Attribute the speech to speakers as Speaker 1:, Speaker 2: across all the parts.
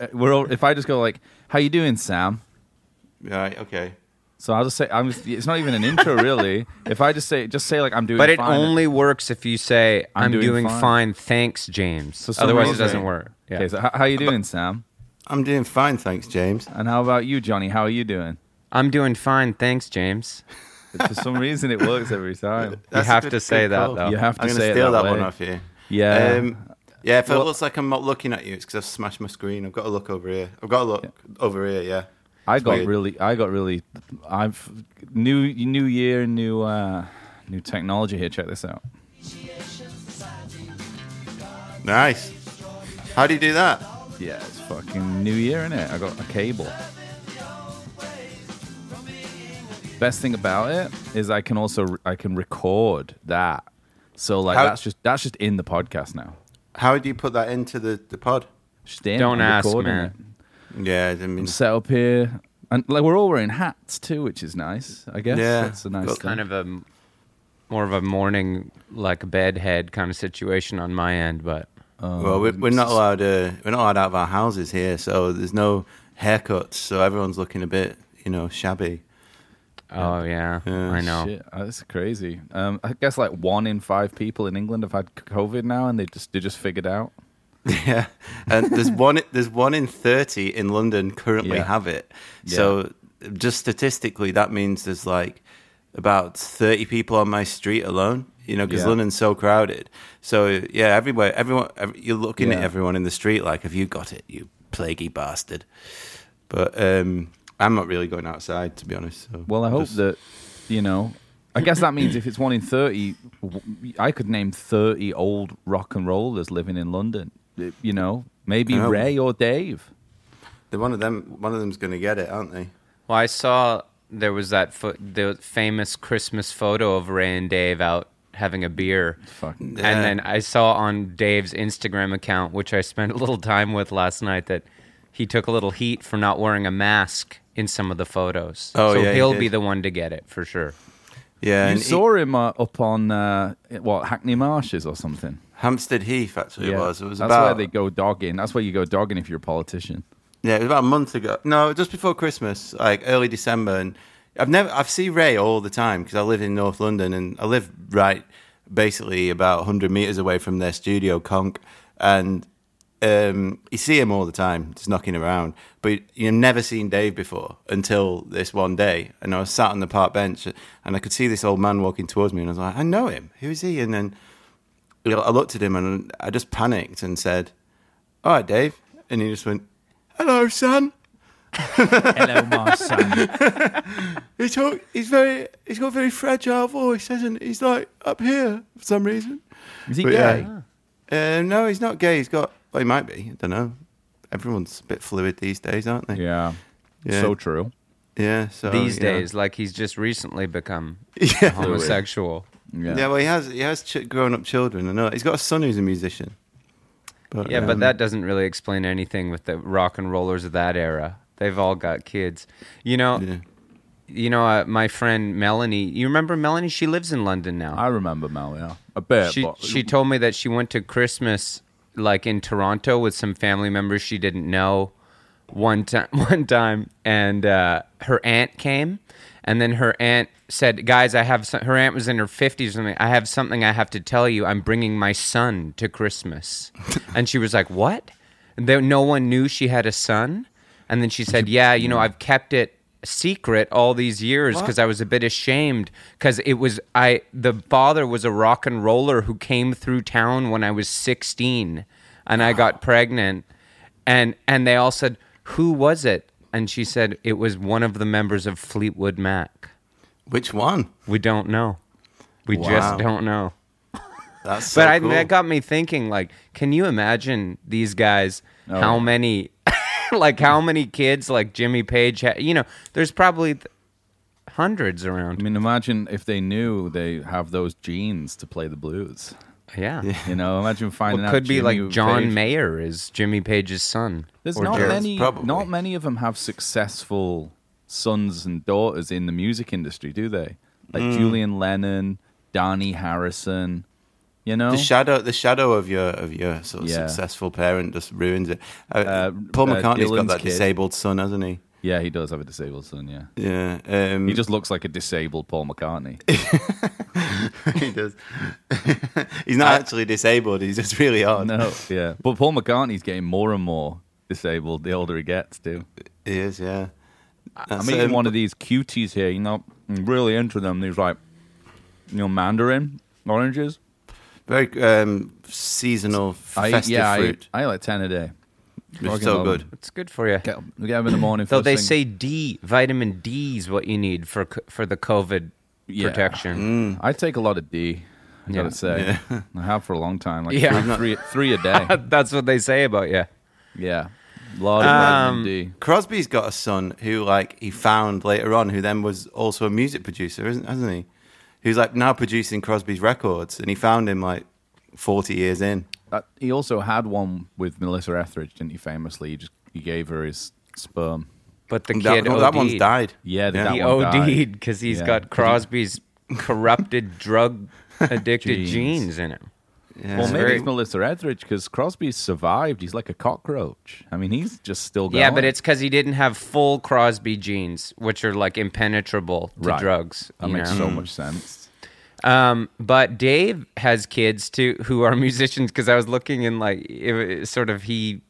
Speaker 1: uh, we're all, if I just go like, "How you doing, Sam?"
Speaker 2: All right, okay.
Speaker 1: So I'll just say, I'm just, it's not even an intro really. If I just say, just say like, "I'm doing,"
Speaker 3: But it
Speaker 1: fine.
Speaker 3: only works if you say, I'm, doing, fine. thanks, James.
Speaker 1: So someone
Speaker 3: Otherwise, it
Speaker 1: else-
Speaker 3: doesn't work. Yeah.
Speaker 1: Okay, so how, how you doing, Sam?
Speaker 2: I'm doing fine, thanks, James.
Speaker 1: And how about you, Johnny? How are you doing?
Speaker 3: I'm doing fine, thanks, James.
Speaker 1: For some reason, it works every time.
Speaker 2: That's a
Speaker 3: have
Speaker 2: good-
Speaker 3: to say
Speaker 2: good
Speaker 3: that,
Speaker 2: call.
Speaker 3: though.
Speaker 1: You have to
Speaker 2: I'm gonna
Speaker 1: say it
Speaker 2: steal
Speaker 1: that
Speaker 2: that, one
Speaker 1: way.
Speaker 2: off you.
Speaker 1: Yeah.
Speaker 2: Um, yeah, if it
Speaker 1: Well-
Speaker 2: looks like I'm not looking at you, it's because I've smashed my screen. I've got to look over here. I've got to look over here. Yeah.
Speaker 1: I
Speaker 2: It's
Speaker 1: got
Speaker 2: weird.
Speaker 1: really, I got really, I've new new year, new uh, new technology here. Check this out.
Speaker 2: nice. How do you do that?
Speaker 1: Yeah, it's fucking new year, in it. I got a cable. Best thing about it is I can also I can record that. So like
Speaker 2: How-
Speaker 1: that's just that's just in the podcast now.
Speaker 2: How do you put that into the, the pod?
Speaker 1: Just in,
Speaker 3: Don't
Speaker 1: I'm
Speaker 3: ask,
Speaker 1: recording
Speaker 3: man.
Speaker 1: it.
Speaker 2: Yeah, I mean,
Speaker 1: I'm set up here, and like we're all wearing hats too, which is nice. I guess
Speaker 2: Yeah.
Speaker 1: that's a nice
Speaker 2: Got
Speaker 1: thing.
Speaker 3: Kind of a more of a morning, like bedhead kind of situation on my end, but
Speaker 1: Um,
Speaker 2: well, we're, we're not allowed. Uh, we're not allowed out of our houses here, so there's no haircuts. So everyone's looking a bit, you know, shabby.
Speaker 3: oh, yeah,
Speaker 2: Yeah,
Speaker 3: I know.
Speaker 1: Shit, uh, that's crazy. Um, I guess like one in five people in England have had COVID now, and they just they just figured out.
Speaker 2: Yeah, and there's one. There's one in thirty in London currently
Speaker 1: Yeah.
Speaker 2: have it. So just statistically, that means there's like about thirty people on my street alone. You know, because
Speaker 1: Yeah.
Speaker 2: London's so crowded. So yeah, everywhere, everyone, ev you're looking at
Speaker 1: Yeah.
Speaker 2: everyone in the street like, "Have you got it, you plaguey bastard?" But um, I'm not really going outside to be honest. So
Speaker 1: Well, I hope
Speaker 2: just-
Speaker 1: that you know. I guess that means if it's one in thirty, w- I could name thirty old rock and rollers living in London. Uh, You know, maybe
Speaker 2: Yeah.
Speaker 1: Ray or Dave.
Speaker 2: the one of them, one of them's going to get it, aren't they?
Speaker 3: Well, I saw there was that fo- the famous Christmas photo of Ray and Dave out having a beer.
Speaker 1: Fuck.
Speaker 2: Yeah.
Speaker 3: And then I saw on Dave's Instagram account, which I spent a little time with last night, that he took a little heat for not wearing a mask in some of the photos.
Speaker 2: Oh,
Speaker 3: so
Speaker 2: yeah, he
Speaker 3: he'll
Speaker 2: did.
Speaker 3: be the one to get it for sure.
Speaker 2: Yeah,
Speaker 1: You
Speaker 2: and he-
Speaker 1: saw him uh, up on uh, what Hackney Marshes or something.
Speaker 2: Hampstead Heath actually it was. It was
Speaker 1: that's
Speaker 2: about
Speaker 1: where they go dogging. That's where you go dogging if you're a politician.
Speaker 2: Yeah, it was about a month ago. No, just before Christmas, like early December, and I've never I've seen Ray all the time because I live in North London and I live right basically about hundred meters away from their studio, Conk, and um, you see him all the time, just knocking around. But you've never seen Dave before until this one day, and I was sat on the park bench and I could see this old man walking towards me, and I was like, I know him. Who is he? And then you know, I looked at him and I just panicked and said, "All right, Dave," and he just went. Hello, son.
Speaker 1: Hello, my son.
Speaker 2: He talk, he's very. He's got a very fragile voice, hasn't he? He's like up here for some reason.
Speaker 1: Is he
Speaker 2: But
Speaker 1: gay?
Speaker 2: yeah. Uh, no, he's not gay. He's got. Well, he might be. I don't know. Everyone's a bit fluid these days, aren't they?
Speaker 1: Yeah.
Speaker 2: Yeah.
Speaker 1: So true.
Speaker 2: Oh, Yeah. So
Speaker 3: These
Speaker 2: you know.
Speaker 3: days, like he's just recently become
Speaker 2: Yeah.
Speaker 3: homosexual.
Speaker 1: Yeah.
Speaker 2: Yeah. Well, he has. He has ch- grown-up children. I know. He's got a son who's a musician. But,
Speaker 3: Yeah, but
Speaker 2: um,
Speaker 3: that doesn't really explain anything with the rock and rollers of that era. They've all got kids. You know,
Speaker 2: Yeah.
Speaker 3: you know, uh, my friend Melanie. You remember Melanie? She lives in London now.
Speaker 1: I remember Mel, yeah. A bit.
Speaker 3: she
Speaker 1: but
Speaker 3: she told me that she went to Christmas like in Toronto with some family members she didn't know one time one time and uh, her aunt came and then her aunt said guys I have some, her aunt was in her 50s or something I have something I have to tell you I'm bringing my son to Christmas and she was like what and there, no one knew she had a son and then she said yeah you know I've kept it secret all these years because I was a bit ashamed because it was I the father was a rock and roller who came through town when I was 16 and I got pregnant and and they all said who was it and she said it was one of the members of Fleetwood Mac
Speaker 2: Which one?
Speaker 3: we don't know we
Speaker 2: Wow.
Speaker 3: just don't know
Speaker 2: That's. So
Speaker 3: but I,
Speaker 2: cool.
Speaker 3: that got me thinking. Like, can you imagine these guys? How many, like, how many kids like Jimmy Page? Ha- you know, there's probably th- hundreds
Speaker 1: I
Speaker 3: around.
Speaker 1: mean, imagine if they knew they have those genes to play the blues.
Speaker 3: Yeah,
Speaker 1: You know, imagine finding
Speaker 3: Well,
Speaker 1: out.
Speaker 3: could be
Speaker 1: Jimmy
Speaker 3: like John
Speaker 1: Page-
Speaker 3: Mayer is Jimmy Page's son.
Speaker 1: There's
Speaker 3: or
Speaker 1: not
Speaker 3: Jared.
Speaker 1: many.
Speaker 2: Probably.
Speaker 1: Not many of them have successful sons and daughters in the
Speaker 3: Hmm.
Speaker 1: music industry, do they? Like Julian Lennon, Donny Harrison. You know,
Speaker 2: The shadow, the shadow of your of your sort of
Speaker 1: Yeah.
Speaker 2: successful parent just ruins it. Uh,
Speaker 1: Uh,
Speaker 2: Paul
Speaker 1: uh,
Speaker 2: McCartney's got
Speaker 1: Dylan's
Speaker 2: that
Speaker 1: kid.
Speaker 2: disabled son, hasn't he?
Speaker 1: yeah, he does have a disabled son. Yeah,
Speaker 2: Yeah, um,
Speaker 3: Hmm.
Speaker 1: he just looks like a disabled Paul McCartney.
Speaker 2: he does. he's not actually disabled. He's just really odd.
Speaker 1: no, yeah, but Paul McCartney's getting more and more disabled the older he gets too.
Speaker 2: He is, yeah.
Speaker 1: I'm
Speaker 2: That's,
Speaker 1: eating
Speaker 2: um,
Speaker 1: one of these cuties here, you know, I'm really into them. These like, you know, mandarin oranges.
Speaker 2: very um, seasonal
Speaker 1: I
Speaker 2: festive
Speaker 1: yeah,
Speaker 2: fruit.
Speaker 1: I, I eat like ten a day.
Speaker 2: it's
Speaker 1: fucking
Speaker 2: so
Speaker 1: love
Speaker 2: good.
Speaker 3: It's good for you.
Speaker 1: Get, get them in the morning.
Speaker 3: Though
Speaker 1: first
Speaker 3: they
Speaker 1: thing.
Speaker 3: say D, vitamin D is what you need for c- for the COVID
Speaker 1: Yeah.
Speaker 3: protection.
Speaker 1: I take a lot of D. I
Speaker 3: Yeah.
Speaker 1: gotta say, I have for a long time, like
Speaker 3: Yeah.
Speaker 1: three, three, three a day.
Speaker 3: That's what they say about you.
Speaker 1: yeah, lot of
Speaker 3: Um,
Speaker 1: vitamin D.
Speaker 2: Crosby's got a son who, like, he found later on, who then was also a music producer, isn't, hasn't he? Who's like now producing Crosby's records, and he found him like forty years in.
Speaker 1: Uh, he also had one with Melissa Etheridge, didn't he? Famously, he just he gave her his sperm.
Speaker 3: But the
Speaker 2: That,
Speaker 3: kid,
Speaker 2: no, that one's
Speaker 3: OD'd.
Speaker 2: died.
Speaker 1: Yeah, that
Speaker 3: He
Speaker 1: one died.
Speaker 3: OD'd because he's
Speaker 1: Oh Yeah.
Speaker 3: got Crosby's corrupted, drug addicted
Speaker 1: Genes.
Speaker 3: genes in him.
Speaker 2: Yeah.
Speaker 1: Well, maybe
Speaker 3: very-
Speaker 1: it's Melissa Etheridge because Crosby's survived. He's like a cockroach. I mean, he's just still going.
Speaker 3: Yeah, but it's because he didn't have full Crosby genes, which are like impenetrable to
Speaker 1: Right.
Speaker 3: drugs.
Speaker 1: that
Speaker 3: you
Speaker 1: makes
Speaker 3: know?
Speaker 1: so much sense.
Speaker 3: Um, but Dave has kids too who are musicians because I was looking in like it, was sort of he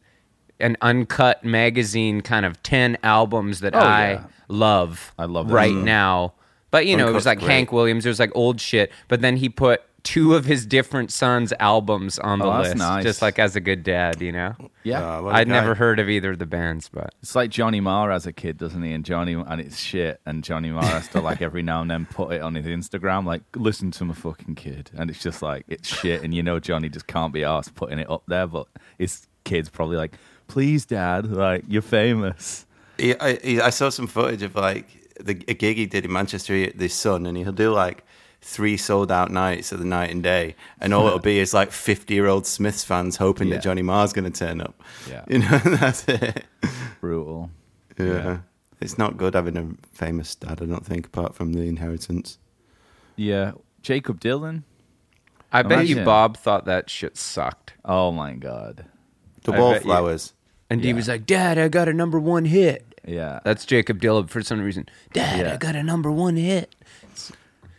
Speaker 3: an uncut magazine kind of ten albums that
Speaker 1: Oh,
Speaker 3: I
Speaker 1: yeah.
Speaker 3: love.
Speaker 1: I love Mm-hmm. that
Speaker 3: right
Speaker 1: stuff.
Speaker 3: now. But you know, it
Speaker 2: Uncut's
Speaker 3: was like
Speaker 2: great.
Speaker 3: Hank Williams. It was like old shit. But then he put two of his different sons' albums on the
Speaker 1: Oh, that's
Speaker 3: list,
Speaker 1: nice.
Speaker 3: just like as a good dad. You know,
Speaker 1: Yeah,
Speaker 2: Ah, what a
Speaker 3: I'd
Speaker 2: guy.
Speaker 3: never heard of either of the bands, but
Speaker 1: it's like Johnny Marr as a kid, doesn't he? And Johnny and it's shit. And Johnny Marr has to like every now and then put it on his Instagram, like listen to my fucking kid. And it's just like it's shit. And you know Johnny just can't be asked putting it up there, but his kid's probably like, "Please, Dad, like you're famous."
Speaker 2: He, I, he, I saw some footage of like the, a gig he did in Manchester at the Sun, and he'll do like three sold out nights of the night and day, and all it'll be is like fifty year old Smiths fans hoping
Speaker 1: Yeah.
Speaker 2: that Johnny Marr's going to turn up.
Speaker 1: Yeah.
Speaker 2: you know that's it.
Speaker 1: Brutal.
Speaker 2: Yeah. it's not good having a famous dad. I don't think apart from the inheritance.
Speaker 1: Yeah, Jacob Dylan.
Speaker 3: I bet you
Speaker 1: Imagine.
Speaker 3: Bob thought that shit sucked.
Speaker 1: Oh my god.
Speaker 2: The
Speaker 3: I bet you-
Speaker 2: wallflowers.
Speaker 3: And he
Speaker 1: Yeah.
Speaker 3: was like, Dad, I got a number one hit.
Speaker 1: Yeah.
Speaker 3: That's Jacob Dillab for some reason. Dad,
Speaker 1: Yeah.
Speaker 3: I got a number one hit.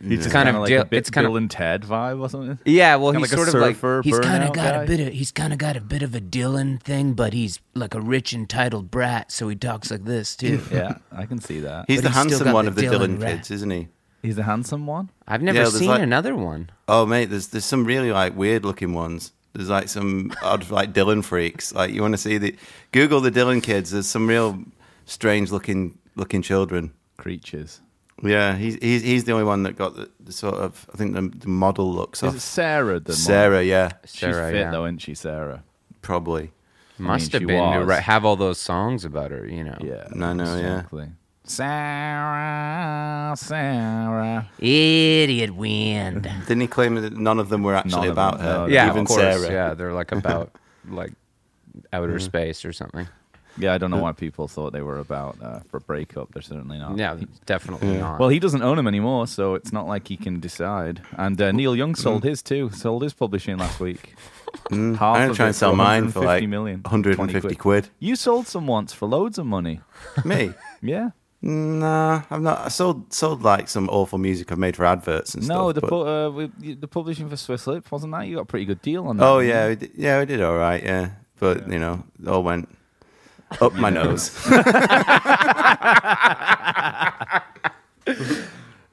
Speaker 1: It's
Speaker 3: kind of Dil-
Speaker 1: bit
Speaker 3: it's kind of-
Speaker 1: Bill and Ted vibe or something.
Speaker 3: Yeah, well,
Speaker 1: Kinda
Speaker 3: he's
Speaker 1: like a
Speaker 3: sort of
Speaker 1: surfer
Speaker 3: like he's kind
Speaker 1: burnout
Speaker 3: of got
Speaker 1: guy?
Speaker 3: a bit of he's kind of got a bit of a Dylan thing, but he's like a rich entitled brat, so he talks like this too.
Speaker 1: Yeah, I can see that.
Speaker 2: He's the
Speaker 3: But he's still
Speaker 2: handsome
Speaker 3: got
Speaker 2: one
Speaker 3: the
Speaker 2: of the
Speaker 3: Dylan
Speaker 2: Dylan,
Speaker 3: rap.
Speaker 2: kids, isn't he?
Speaker 1: He's a handsome one.
Speaker 3: I've
Speaker 2: Yeah,
Speaker 3: never
Speaker 2: there's
Speaker 3: seen
Speaker 2: like-
Speaker 3: another one.
Speaker 2: Oh mate, there's there's some really like weird looking ones. There's like some odd like Dylan freaks. Like you want to see the Google the Dylan kids. There's some real strange looking looking children.
Speaker 1: Creatures.
Speaker 2: Yeah, he's he's, he's the only one that got the, the sort of I think the, the model looks
Speaker 1: Is it
Speaker 2: off
Speaker 1: Sarah? The
Speaker 2: Sarah. Yeah,
Speaker 1: She's
Speaker 3: Sarah,
Speaker 1: fit
Speaker 3: yeah.
Speaker 1: though, isn't she, Sarah?
Speaker 2: probably.
Speaker 3: Must
Speaker 1: she
Speaker 3: have been to
Speaker 1: was.
Speaker 3: ri- have all those songs about her, you know.
Speaker 1: Yeah.
Speaker 2: No, no, yeah.
Speaker 1: exactly. Sarah, Sarah.
Speaker 3: Idiot wind.
Speaker 2: Didn't he claim that none of them were
Speaker 1: None
Speaker 2: actually
Speaker 1: of
Speaker 2: about
Speaker 1: them,
Speaker 2: her?
Speaker 1: no, no.
Speaker 3: yeah,
Speaker 2: even
Speaker 3: of course.
Speaker 2: Sarah.
Speaker 3: Yeah, they're like about like outer
Speaker 1: Mm-hmm.
Speaker 3: space or something.
Speaker 1: Yeah, I don't know
Speaker 2: Uh,
Speaker 1: why people thought they were about uh, for a breakup. They're certainly not.
Speaker 3: Yeah, definitely not.
Speaker 1: Well, he doesn't own them anymore, so it's not like he can decide. And uh, Neil Young sold his too. Sold his publishing last week. Half
Speaker 2: Mm. I'm gonna
Speaker 1: of
Speaker 2: try
Speaker 1: it
Speaker 2: and sell mine for
Speaker 1: 150
Speaker 2: like
Speaker 1: million,
Speaker 2: 150
Speaker 1: 20
Speaker 2: quid.
Speaker 1: You sold some once for loads of money.
Speaker 2: Me?
Speaker 1: Yeah.
Speaker 2: Nah, I'm not. I sold sold like some awful music I've made for adverts and stuff.
Speaker 1: No, the
Speaker 2: but-
Speaker 1: pu- uh, with- the publishing for Swiss Lip wasn't that? You got a pretty good deal on that.
Speaker 2: Oh
Speaker 1: didn't
Speaker 2: yeah,
Speaker 1: you?
Speaker 2: we did, yeah, we did all right. Yeah, but you know, it all went up my nose.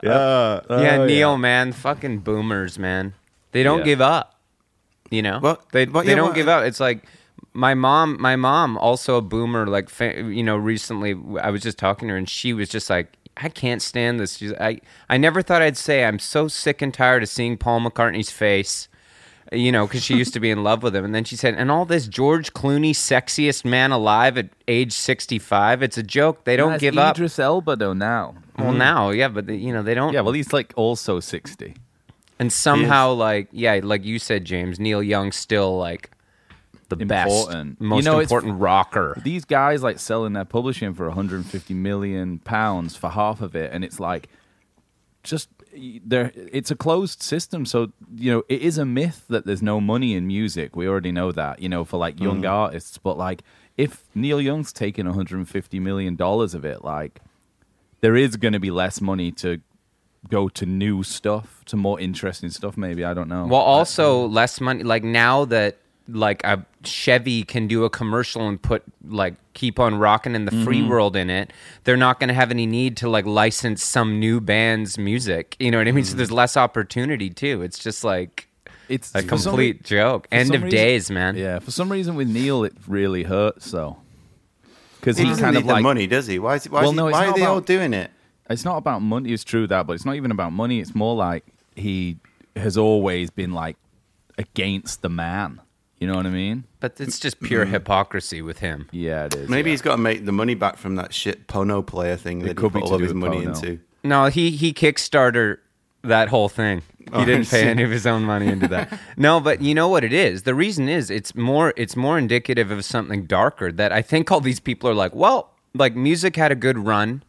Speaker 3: yeah,
Speaker 1: Oh,
Speaker 3: Neil, man, fucking boomers, man. They don't
Speaker 1: Yeah.
Speaker 3: give up. You know,
Speaker 2: Well,
Speaker 3: they
Speaker 2: but
Speaker 3: they
Speaker 2: yeah,
Speaker 3: don't
Speaker 2: well-
Speaker 3: give up. It's like my mom. My mom also a boomer. Like fa- you know, recently I was just talking to her, and she was just like, "I can't stand this." She's, I I never thought I'd say I'm so sick and tired of seeing Paul McCartney's face. You know, because she used to be in love with him, and then she said, "And all this George Clooney, sexiest man alive at age sixty-five. It's a joke. They don't
Speaker 1: That's
Speaker 3: give up."
Speaker 1: Idris Elba though now.
Speaker 3: Well, now, yeah, but they, you know, they don't.
Speaker 1: Yeah, well, he's like also sixty.
Speaker 3: And somehow, like, yeah, like you said, James, Neil Young's still like the
Speaker 1: Important.
Speaker 3: best, most
Speaker 1: You know, it's-
Speaker 3: important rocker.
Speaker 1: These guys like selling their publishing for 150 million pounds for half of it, and it's like just there it's a closed system so you know it is a myth that there's no money in music we already know that you know for like young artists but like if neil young's taking 150 million dollars of it like there is going to be less money to go to new stuff to more interesting stuff maybe i don't know
Speaker 3: Well, also less money. Like now that like a Chevy can do a commercial and put like keep on rocking in the free world in it, they're not going to have any need to like license some new band's music. You know what I mean? So there's less opportunity too. It's just like
Speaker 1: it's
Speaker 3: a
Speaker 1: for some re-
Speaker 3: complete joke.
Speaker 1: for
Speaker 3: End
Speaker 1: some
Speaker 3: of
Speaker 1: reason-
Speaker 3: days, man.
Speaker 1: yeah for some reason with neil it really hurts though because
Speaker 2: He
Speaker 1: he's
Speaker 2: doesn't
Speaker 1: kind
Speaker 2: need
Speaker 1: of like
Speaker 2: the money, does he? Why, is, why,
Speaker 1: Well,
Speaker 2: is he,
Speaker 1: no, it's
Speaker 2: why are
Speaker 1: not
Speaker 2: they
Speaker 1: about-
Speaker 2: all doing it?
Speaker 1: it's not about money. It's true that, but it's not even about money. It's more like he has always been like against the man. You know what I mean?
Speaker 3: But it's just pure hypocrisy with him.
Speaker 1: Yeah, it is. yeah.
Speaker 2: Maybe he's got to make the money back from that shit Pono player thing that
Speaker 1: could
Speaker 2: he
Speaker 1: be to
Speaker 2: put all of
Speaker 1: do
Speaker 2: his
Speaker 1: with
Speaker 2: money
Speaker 1: Pono.
Speaker 2: into.
Speaker 3: No, he he Kickstarter that whole thing. He
Speaker 2: Oh, I
Speaker 3: didn't pay
Speaker 2: see.
Speaker 3: any of his own money into that. no, but you know what it is. The reason is it's more it's more indicative of something darker that I think all these people are like, well, like music had a good run.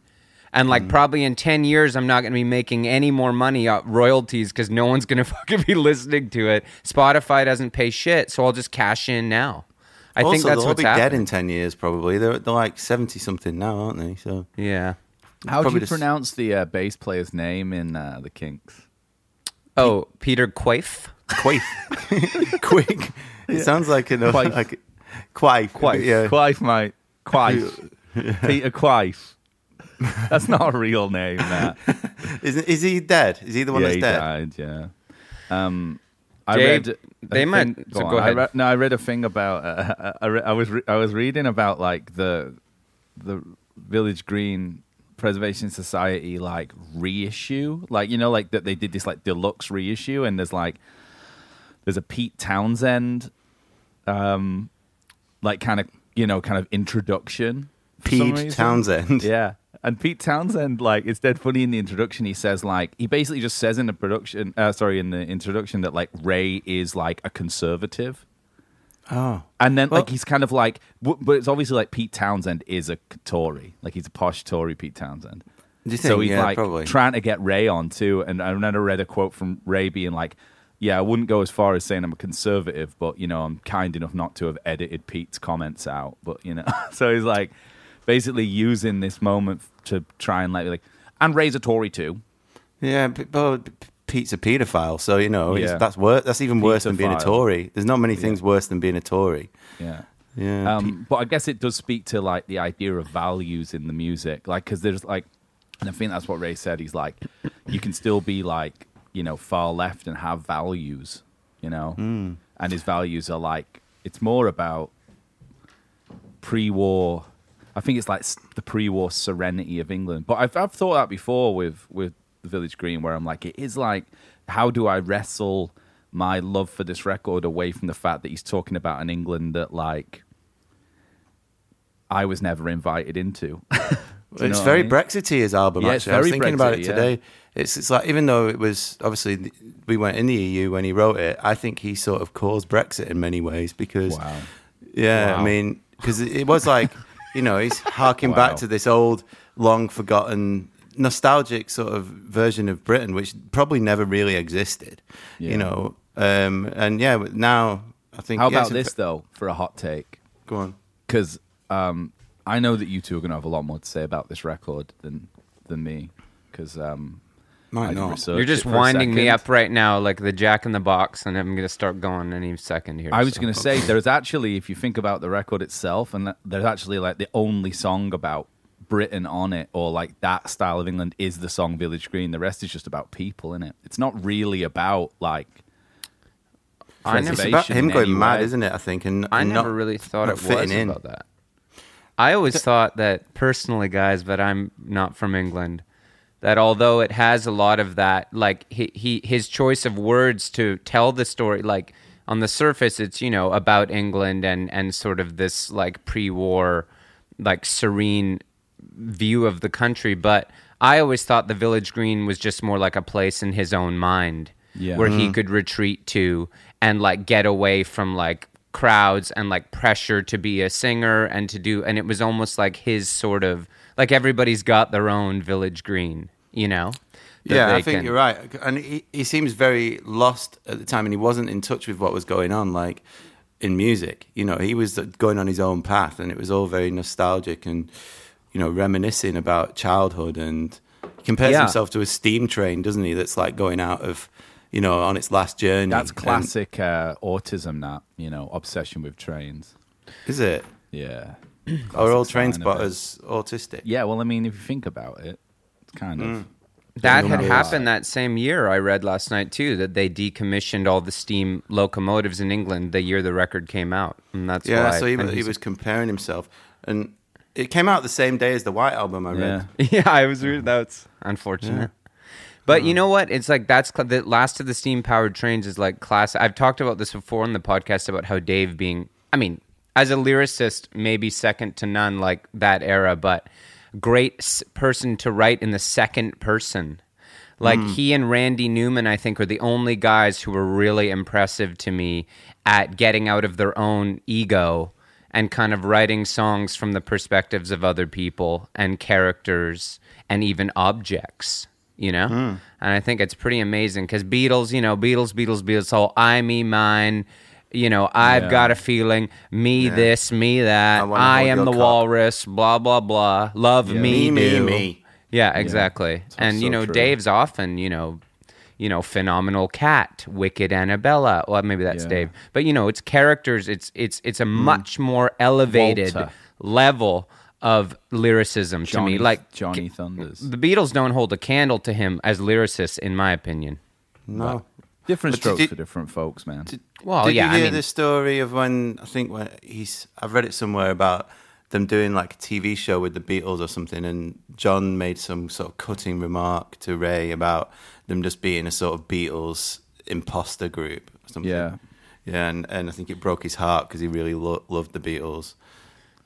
Speaker 3: And
Speaker 2: Mm.
Speaker 3: like probably in ten years, I'm not going to be making any more money out royalties because no one's going to fucking be listening to it. Spotify doesn't pay shit, so I'll just cash in now. I
Speaker 2: also,
Speaker 3: think that's
Speaker 2: they'll all
Speaker 3: what's
Speaker 2: be dead
Speaker 3: happening.
Speaker 2: in 10 years, probably. They're, they're like 70 something now, aren't they? So
Speaker 3: yeah.
Speaker 1: How do
Speaker 2: probably
Speaker 1: you
Speaker 2: just-
Speaker 1: pronounce the uh, bass player's name in uh, the Kinks?
Speaker 3: Oh, Peter Quaife.
Speaker 2: Quaif. Quick. It sounds like an.
Speaker 1: Quaif.
Speaker 2: Like, Quaif.
Speaker 1: Quife,
Speaker 2: Yeah.
Speaker 1: Quife, mate. Quife, Peter Quife. That's not a real name. That
Speaker 2: Is, is he dead? Is he the one
Speaker 1: yeah,
Speaker 2: that's
Speaker 1: he
Speaker 2: dead?
Speaker 1: died. Yeah. Um, I read.
Speaker 3: Dave,
Speaker 1: a
Speaker 3: they might- so
Speaker 1: on.
Speaker 3: go
Speaker 1: I
Speaker 3: ahead.
Speaker 1: re- no, I read a thing about. Uh, I, re- I was re- I was reading about like the the Village Green Preservation Society like reissue, like you know, like that they did this like deluxe reissue, and there's like there's a Pete Townsend, um, like kind of you know kind of introduction. for some
Speaker 2: Pete
Speaker 1: reason.
Speaker 2: Townsend.
Speaker 1: Yeah. And Pete Townsend, like, it's dead funny in the introduction. He says, like, he basically just says in the production, uh, sorry, in the introduction that, like, Ray is, like, a conservative.
Speaker 2: Oh.
Speaker 1: And then,
Speaker 2: Well-
Speaker 1: like, he's kind of like, w- but it's obviously like Pete Townsend is a Tory. Like, he's a posh Tory, Pete Townsend.
Speaker 2: Do you think?
Speaker 1: So he's,
Speaker 2: yeah,
Speaker 1: like,
Speaker 2: probably.
Speaker 1: trying to get Ray on, too. And I remember I read a quote from Ray being like, yeah, I wouldn't go as far as saying I'm a conservative, but, you know, I'm kind enough not to have edited Pete's comments out. But, you know, so he's like basically using this moment f- to try and like, be like and Ray's a Tory, too.
Speaker 2: yeah, p- but p- Pete's a paedophile, so, you know, he's
Speaker 1: Yeah.
Speaker 2: that's, wor- that's even worse than being a
Speaker 1: Pedophile.
Speaker 2: Tory. There's not many things worse than being a Tory.
Speaker 1: Yeah.
Speaker 2: Yeah.
Speaker 1: Um, but I guess it does speak to like the idea of values in the music, like because there's like, and I think that's what Ray said. He's like, you can still be like, you know, far left and have values, you know, and his values are like it's more about pre-war. I think it's like s- the pre-war serenity of England. But I've I've thought that before with with the Village Green, where I'm like, it is like, how do I wrestle my love for this record away from the fact that he's talking about an England that like I was never invited into. Do you know
Speaker 2: it's
Speaker 1: what I
Speaker 2: very
Speaker 1: mean?
Speaker 2: Brexity his album.
Speaker 1: Yeah,
Speaker 2: actually,
Speaker 1: it's
Speaker 2: I was
Speaker 1: very
Speaker 2: thinking about it
Speaker 1: Brexity, yeah.
Speaker 2: today. It's it's like even though it was obviously th- we weren't in the EU when he wrote it, I think he sort of caused Brexit in many ways because
Speaker 1: Wow.
Speaker 2: yeah, I
Speaker 1: Wow.
Speaker 2: mean because it, it was like you know he's harking back
Speaker 1: Wow.
Speaker 2: to this old, long forgotten, nostalgic sort of version of Britain, which probably never really existed. You
Speaker 1: Yeah.
Speaker 2: know, um, and yeah, but now I think
Speaker 1: How
Speaker 2: yeah,
Speaker 1: about
Speaker 2: so-
Speaker 1: this though for a hot take?
Speaker 2: Go on.
Speaker 1: because um, I know that you two are going to have a lot more to say about this record than than me because um,
Speaker 2: Might
Speaker 1: I did
Speaker 2: not.
Speaker 1: research
Speaker 3: You're just
Speaker 1: it for a
Speaker 3: winding me
Speaker 1: second.
Speaker 3: up right now, like the Jack in the Box, and I'm gonna start going any second here.
Speaker 1: I was
Speaker 3: so.
Speaker 1: going to say there's actually, if you think about the record itself, and that- there's actually like the only song about Britain on it or like that style of England is the song Village Green. The rest is just about people in it. It's not really about like.
Speaker 3: I never-
Speaker 2: It's about
Speaker 1: preservation
Speaker 2: him
Speaker 1: in
Speaker 2: going
Speaker 1: any
Speaker 2: mad,
Speaker 1: way.
Speaker 2: isn't it? I think, and
Speaker 3: I
Speaker 2: and
Speaker 3: never
Speaker 2: not-
Speaker 3: really thought
Speaker 2: not
Speaker 3: it was
Speaker 2: fitting in.
Speaker 3: about that. I always thought that personally, guys, but I'm not from England. That although it has a lot of that, like he, he his choice of words to tell the story, like on the surface, it's you know about England and and sort of this like pre-war, like serene view of the country. But I always thought the village green was just more like a place in his own mind
Speaker 1: Yeah.
Speaker 3: where he could retreat to and like get away from like crowds and like pressure to be a singer and to do and it was almost like his sort of like everybody's got their own village green you know? that
Speaker 2: yeah, I
Speaker 3: they
Speaker 2: think
Speaker 3: can-
Speaker 2: you're right. And he, he seems very lost at the time, and he wasn't in touch with what was going on, like in music. You know, he was going on his own path, and it was all very nostalgic and you know reminiscing about childhood. And he compares
Speaker 3: Yeah.
Speaker 2: himself to a steam train, doesn't he? That's like going out of you know on its last journey.
Speaker 1: That's
Speaker 2: And-
Speaker 1: classic uh, autism, that, you know, obsession with trains.
Speaker 2: is it?
Speaker 1: Yeah.
Speaker 2: Are all
Speaker 1: Classic
Speaker 2: train
Speaker 1: sign of it.
Speaker 2: spotters autistic?
Speaker 1: Yeah, well, I mean, if you think about it, it's kind
Speaker 2: Mm.
Speaker 1: of.
Speaker 3: That
Speaker 1: Yeah,
Speaker 3: had
Speaker 1: no,
Speaker 3: happened that same year. I read last night too that they decommissioned all the steam locomotives in England the year the record came out, and that's
Speaker 2: Yeah,
Speaker 3: why.
Speaker 2: so he,
Speaker 3: and
Speaker 2: was- he
Speaker 3: he's-
Speaker 2: was comparing himself, and it came out the same day as the White album. I read.
Speaker 1: Yeah.
Speaker 3: yeah, I was weird. That's unfortunate. But you know what? It's like that's cl- the last of the steam powered trains is like class. I've talked about this before on the podcast about how Dave being, I mean, as a lyricist, maybe second to none, like that era, but great s- person to write in the second person. Like he and Randy Newman, I think, are the only guys who were really impressive to me at getting out of their own ego and kind of writing songs from the perspectives of other people and characters and even objects, you know?
Speaker 2: Hmm.
Speaker 3: And I think it's pretty amazing because Beatles, you know, Beatles, Beatles, Beatles, all I, me, mine, you know, I've
Speaker 1: Yeah.
Speaker 3: got a feeling, me this, me that,
Speaker 2: I wanna
Speaker 3: I,
Speaker 2: hold
Speaker 3: am
Speaker 2: your
Speaker 3: the
Speaker 2: cup.
Speaker 3: walrus, blah, blah, blah, love
Speaker 2: Me,
Speaker 3: me,
Speaker 2: me,
Speaker 3: do.
Speaker 2: me.
Speaker 3: Yeah, exactly.
Speaker 1: It's all
Speaker 3: and you
Speaker 1: so
Speaker 3: know,
Speaker 1: true.
Speaker 3: Dave's often, you know, you know, phenomenal cat, wicked Annabella. Well, maybe that's
Speaker 1: Yeah. Mm.
Speaker 3: Dave, but you know, it's characters. It's it's it's a much more elevated
Speaker 1: Walter.
Speaker 3: level of lyricism
Speaker 1: Johnny,
Speaker 3: to me. Like
Speaker 1: Johnny Thunders.
Speaker 3: the Beatles don't hold a candle to him as lyricists, in my opinion.
Speaker 2: No.
Speaker 1: Different
Speaker 2: But did
Speaker 1: strokes
Speaker 2: you-
Speaker 1: for different folks, man.
Speaker 2: Did,
Speaker 3: Well,
Speaker 2: did
Speaker 3: yeah, I
Speaker 2: you hear
Speaker 3: mean-
Speaker 2: the story of when I think when he's I've read it somewhere about them doing like a TV show with the Beatles or something, and John made some sort of cutting remark to Ray about them just being a sort of Beatles imposter group or something.
Speaker 1: Yeah.
Speaker 2: yeah, and, and I think it broke his heart because he really lo- loved the Beatles,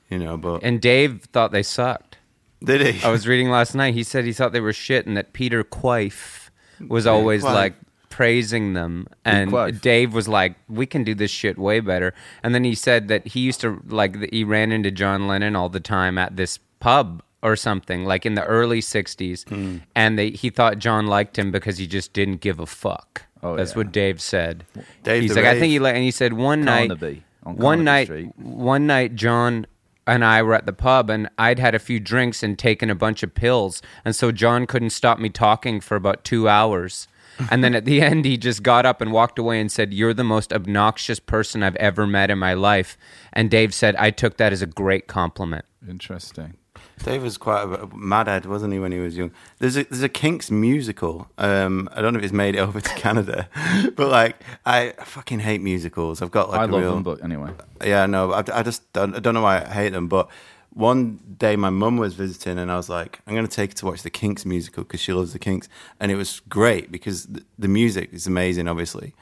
Speaker 2: you know. But
Speaker 3: And Oh, Dave thought they sucked.
Speaker 2: did he?
Speaker 3: I was reading last night. He said he thought they were shit, and that Peter Quife was always
Speaker 2: Quife.
Speaker 3: like praising them, and
Speaker 1: Quife.
Speaker 3: Dave was like, "We can do this shit way better." And then he said that he used to like that he ran into John Lennon all the time at this pub or something, like in the early '60s,
Speaker 2: Hmm.
Speaker 3: and they, he thought John liked him because he just didn't give a fuck.
Speaker 1: Oh,
Speaker 3: That's
Speaker 1: yeah.
Speaker 3: what Dave said.
Speaker 2: Dave
Speaker 3: He's
Speaker 2: the
Speaker 3: like, I
Speaker 2: rave.
Speaker 3: think he like, and he said one night,
Speaker 1: Carnaby, on
Speaker 3: one
Speaker 1: Carnaby
Speaker 3: night,
Speaker 1: Street.
Speaker 3: one night John and I were at the pub and I'd had a few drinks and taken a bunch of pills and so John couldn't stop me talking for about 2 hours. And then at the end he just got up and walked away and said you're the most obnoxious person I've ever met in my life. And Dave said I took that as a great compliment.
Speaker 1: Interesting.
Speaker 2: Dave was quite a madhead, wasn't he, when he was young? There's a there's a Kinks musical. Um, I don't know if it's made it over to Canada, but like I fucking hate musicals. I've got like
Speaker 1: I
Speaker 2: a
Speaker 1: love
Speaker 2: real
Speaker 1: them, but anyway.
Speaker 2: yeah, no, I, I just don't, I don't know why I hate them. But one day my mum was visiting, and I was like, I'm going to take her to watch the Kinks musical because she loves the Kinks, and it was great because the, the music is amazing, obviously,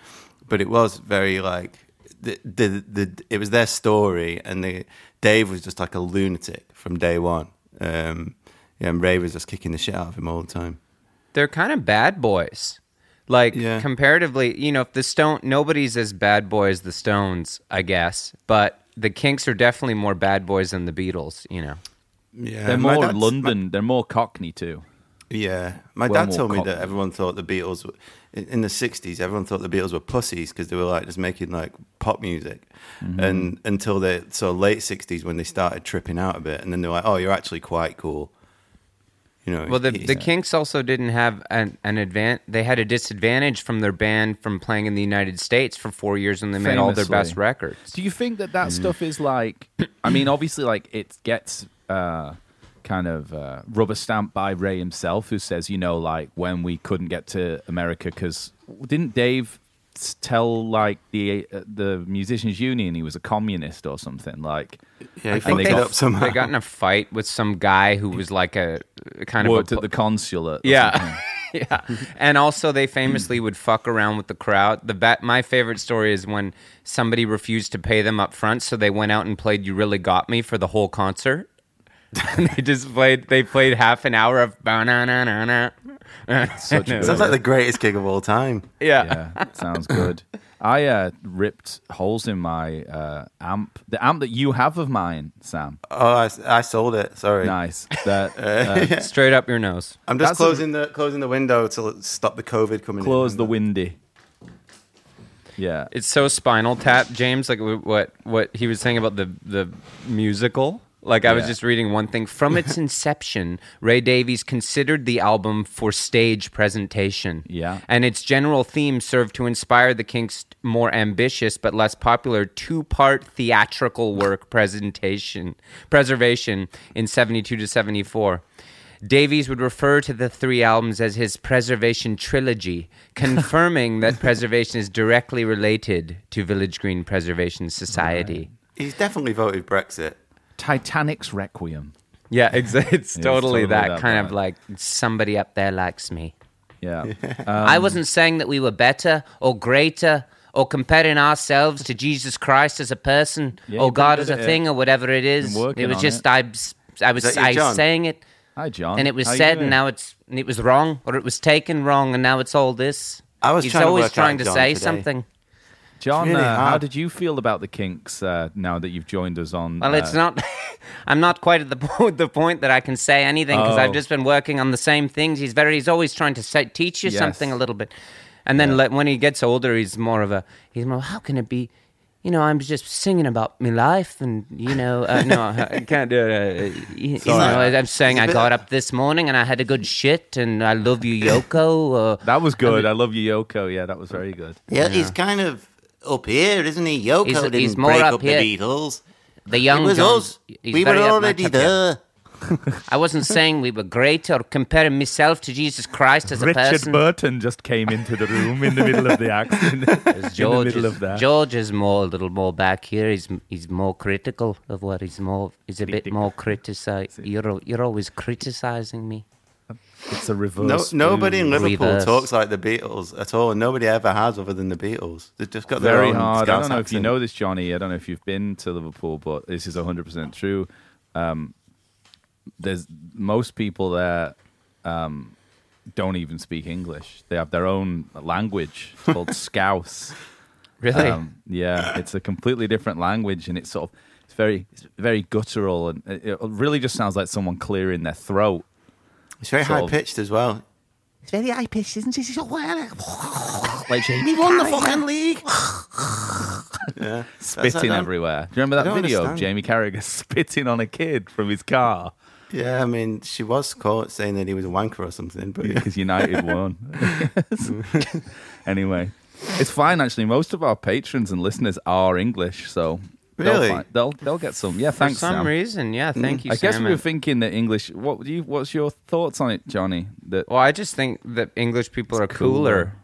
Speaker 2: but it was very like the, the the it was their story, and the Dave was just like a lunatic from day one. Um, yeah, and Ray was just kicking the shit out of him all the time.
Speaker 3: They're kind of bad boys. Like
Speaker 2: Yeah.
Speaker 3: comparatively, you know, if the Stone nobody's as bad boy as the Stones, I guess, but the Kinks are definitely more bad boys than the Beatles, you know.
Speaker 2: Yeah,
Speaker 1: They're
Speaker 2: my
Speaker 1: more
Speaker 2: dad's-
Speaker 1: London. They're more Cockney too.
Speaker 2: Yeah, my
Speaker 1: Well,
Speaker 2: dad
Speaker 1: more
Speaker 2: told me
Speaker 1: common.
Speaker 2: that everyone thought the Beatles were, in in the '60s. Everyone thought the Beatles were pussies because they were like just making like pop music,
Speaker 1: Mm-hmm.
Speaker 2: and until the so late '60s when they started tripping out a bit, and then they were like, "Oh, you're actually quite cool." You know.
Speaker 3: Well, the,
Speaker 2: he-
Speaker 3: the Kinks also didn't have an, an advan They had a disadvantage from their band from playing in the United States for four years when they made all their
Speaker 1: Famously.
Speaker 3: best records.
Speaker 1: Do you think that
Speaker 2: Mm.
Speaker 1: that stuff is like? I mean, obviously, like it gets uh, kind of uh, rubber stamped by Ray himself, who says, you know, like when we couldn't get to America because didn't Dave s- tell like the uh, the musicians union he was a communist or something like
Speaker 2: yeah, he
Speaker 1: and
Speaker 2: fucked
Speaker 1: they
Speaker 2: it
Speaker 1: got
Speaker 2: up somehow.
Speaker 3: They got in a fight with some guy who was like a kind of a
Speaker 1: worked
Speaker 3: pu-
Speaker 1: at the consulate or
Speaker 3: Yeah. yeah. And also they famously would fuck around with the crowd. The ba- my favorite story is when somebody refused to pay them up front, so they went out and played You Really Got Me for the whole concert. and they just played. They played half an hour of banana.
Speaker 1: Such a
Speaker 2: Sounds like the greatest gig of all time.
Speaker 3: Yeah.
Speaker 1: yeah, sounds good. I uh, ripped holes in my uh, amp, the amp that you have of mine, Sam.
Speaker 2: Oh, I, I sold it. Sorry.
Speaker 1: Nice. That uh,
Speaker 3: straight up your nose.
Speaker 2: I'm just
Speaker 1: That's a-
Speaker 2: closing the closing the window to stop the COVID coming.
Speaker 1: close
Speaker 2: in.
Speaker 1: the windy. Yeah,
Speaker 3: It's so Spinal Tap, James. Like wh- what what he was saying about the the musical. Like I was
Speaker 1: Yeah.
Speaker 3: just reading one thing from its inception. Ray Davies considered the album for stage presentation.
Speaker 1: Yeah.
Speaker 3: and its general theme served to inspire the Kinks' more ambitious but less popular two-part theatrical work presentation preservation in seventy-two to seventy-four. Davies would refer to the three albums as his preservation trilogy, confirming that preservation is directly related to Village Green Preservation Society.
Speaker 2: He's definitely voted Brexit.
Speaker 1: Titanic's Requiem.
Speaker 3: Yeah, exa- it's, totally,
Speaker 1: totally
Speaker 3: that,
Speaker 1: that
Speaker 3: kind of
Speaker 1: vibe.
Speaker 3: like somebody up there likes me.
Speaker 1: Yeah, Uh,
Speaker 3: I
Speaker 1: Um,
Speaker 3: wasn't saying that we were better or greater or comparing ourselves to Jesus Christ as a person
Speaker 1: Yeah,
Speaker 3: or
Speaker 1: you've been
Speaker 3: God
Speaker 1: good
Speaker 3: as a
Speaker 1: at it.
Speaker 3: thing or whatever it is.
Speaker 1: uh, working
Speaker 3: It was
Speaker 1: on
Speaker 3: just
Speaker 1: it.
Speaker 3: I, was- I was
Speaker 2: that you,
Speaker 3: I
Speaker 2: John?
Speaker 3: saying it
Speaker 1: hi John.
Speaker 3: and it was
Speaker 1: How you
Speaker 3: said and
Speaker 1: doing?
Speaker 3: now it's and it was wrong or it was taken wrong and now it's all this.
Speaker 2: I was
Speaker 3: He's
Speaker 2: trying to
Speaker 3: always
Speaker 2: work out
Speaker 3: trying to
Speaker 2: John
Speaker 3: say
Speaker 2: today.
Speaker 3: something.
Speaker 1: John,
Speaker 2: really
Speaker 1: uh, how
Speaker 2: hard.
Speaker 1: did you feel about the Kinks uh, now that you've joined us on?
Speaker 3: Well,
Speaker 1: uh,
Speaker 3: it's not. I'm not quite at the point, the point that I can say anything because I've
Speaker 1: Oh.
Speaker 3: just been working on the same things. He's very. He's always trying to say, teach you
Speaker 1: Yes.
Speaker 3: something a little bit, and then like, when he gets older, he's more of a. He's more. How can it be? You know, I'm just singing about my life, and you know, uh, no, I can't do it. Uh, you, you know,
Speaker 2: Sorry.
Speaker 3: I'm saying
Speaker 2: It's a
Speaker 3: I
Speaker 2: bit-
Speaker 3: got up this morning and I had a good shit, and I love you, Yoko. Uh,
Speaker 1: That was good. I, love you, Yoko. Yeah, that was very good.
Speaker 2: Yeah, he's kind of up here, isn't he? Yoko
Speaker 3: He's-
Speaker 2: didn't
Speaker 3: he's more
Speaker 2: break
Speaker 3: up
Speaker 2: up,
Speaker 3: here.
Speaker 2: the Beatles.
Speaker 3: the young
Speaker 2: it was
Speaker 3: John,
Speaker 2: us.
Speaker 3: he's
Speaker 2: We were
Speaker 3: very up my
Speaker 2: already
Speaker 3: top, yeah.
Speaker 2: there.
Speaker 3: I wasn't saying we were great or comparing myself to Jesus Christ as a
Speaker 1: Richard
Speaker 3: person.
Speaker 1: Burton just came into the room in the middle of the accident. in the
Speaker 3: George
Speaker 1: middle
Speaker 3: is,
Speaker 1: of that.
Speaker 3: George is more a little more back here. He's he's more critical of what he's more. He's a bit
Speaker 1: Critical.
Speaker 3: more criticized. You're al- you're always criticizing me.
Speaker 1: It's a
Speaker 2: No,
Speaker 1: reverse.
Speaker 2: nobody
Speaker 1: blues.
Speaker 2: in Liverpool
Speaker 3: Reverse.
Speaker 2: talks like the Beatles at all. Nobody ever has, other than the Beatles. They've just got their
Speaker 1: very
Speaker 2: own
Speaker 1: hard. I
Speaker 2: Scouse
Speaker 1: don't know if you
Speaker 2: accent.
Speaker 1: know this, Johnny. I don't know if you've been to Liverpool, but this is 100% true. Um, there's most people there um, don't even speak English. They have their own language It's called Scouse.
Speaker 3: Really?
Speaker 1: Um, yeah, it's a completely different language, and it's sort of it's very it's very guttural, and it, it really just sounds like someone clearing their throat.
Speaker 2: It's very
Speaker 1: sort
Speaker 2: high
Speaker 1: of-
Speaker 2: pitched as well.
Speaker 4: It's very high pitched, isn't it? It's all
Speaker 1: Like
Speaker 2: He won the fucking league. yeah,
Speaker 1: spitting everywhere. Do you remember that
Speaker 2: don't
Speaker 1: video of
Speaker 2: understand.
Speaker 1: Jamie Carragher spitting on a kid from his car
Speaker 2: Yeah, I mean, she was caught saying that he was a wanker or something. But
Speaker 1: because United won? anyway, it's fine actually. Most of our patrons and listeners are English, so
Speaker 2: Really?
Speaker 1: they'll, fi- they'll they'll get some. Yeah,
Speaker 3: For
Speaker 1: thanks,
Speaker 3: some
Speaker 1: Sam.
Speaker 3: reason, yeah. Thank you.
Speaker 1: I guess
Speaker 3: Sam.
Speaker 1: we were thinking that English. What do you? What's your thoughts on it, Johnny? That
Speaker 2: Oh.
Speaker 3: well, I just think that English people are
Speaker 1: cooler.
Speaker 3: cooler.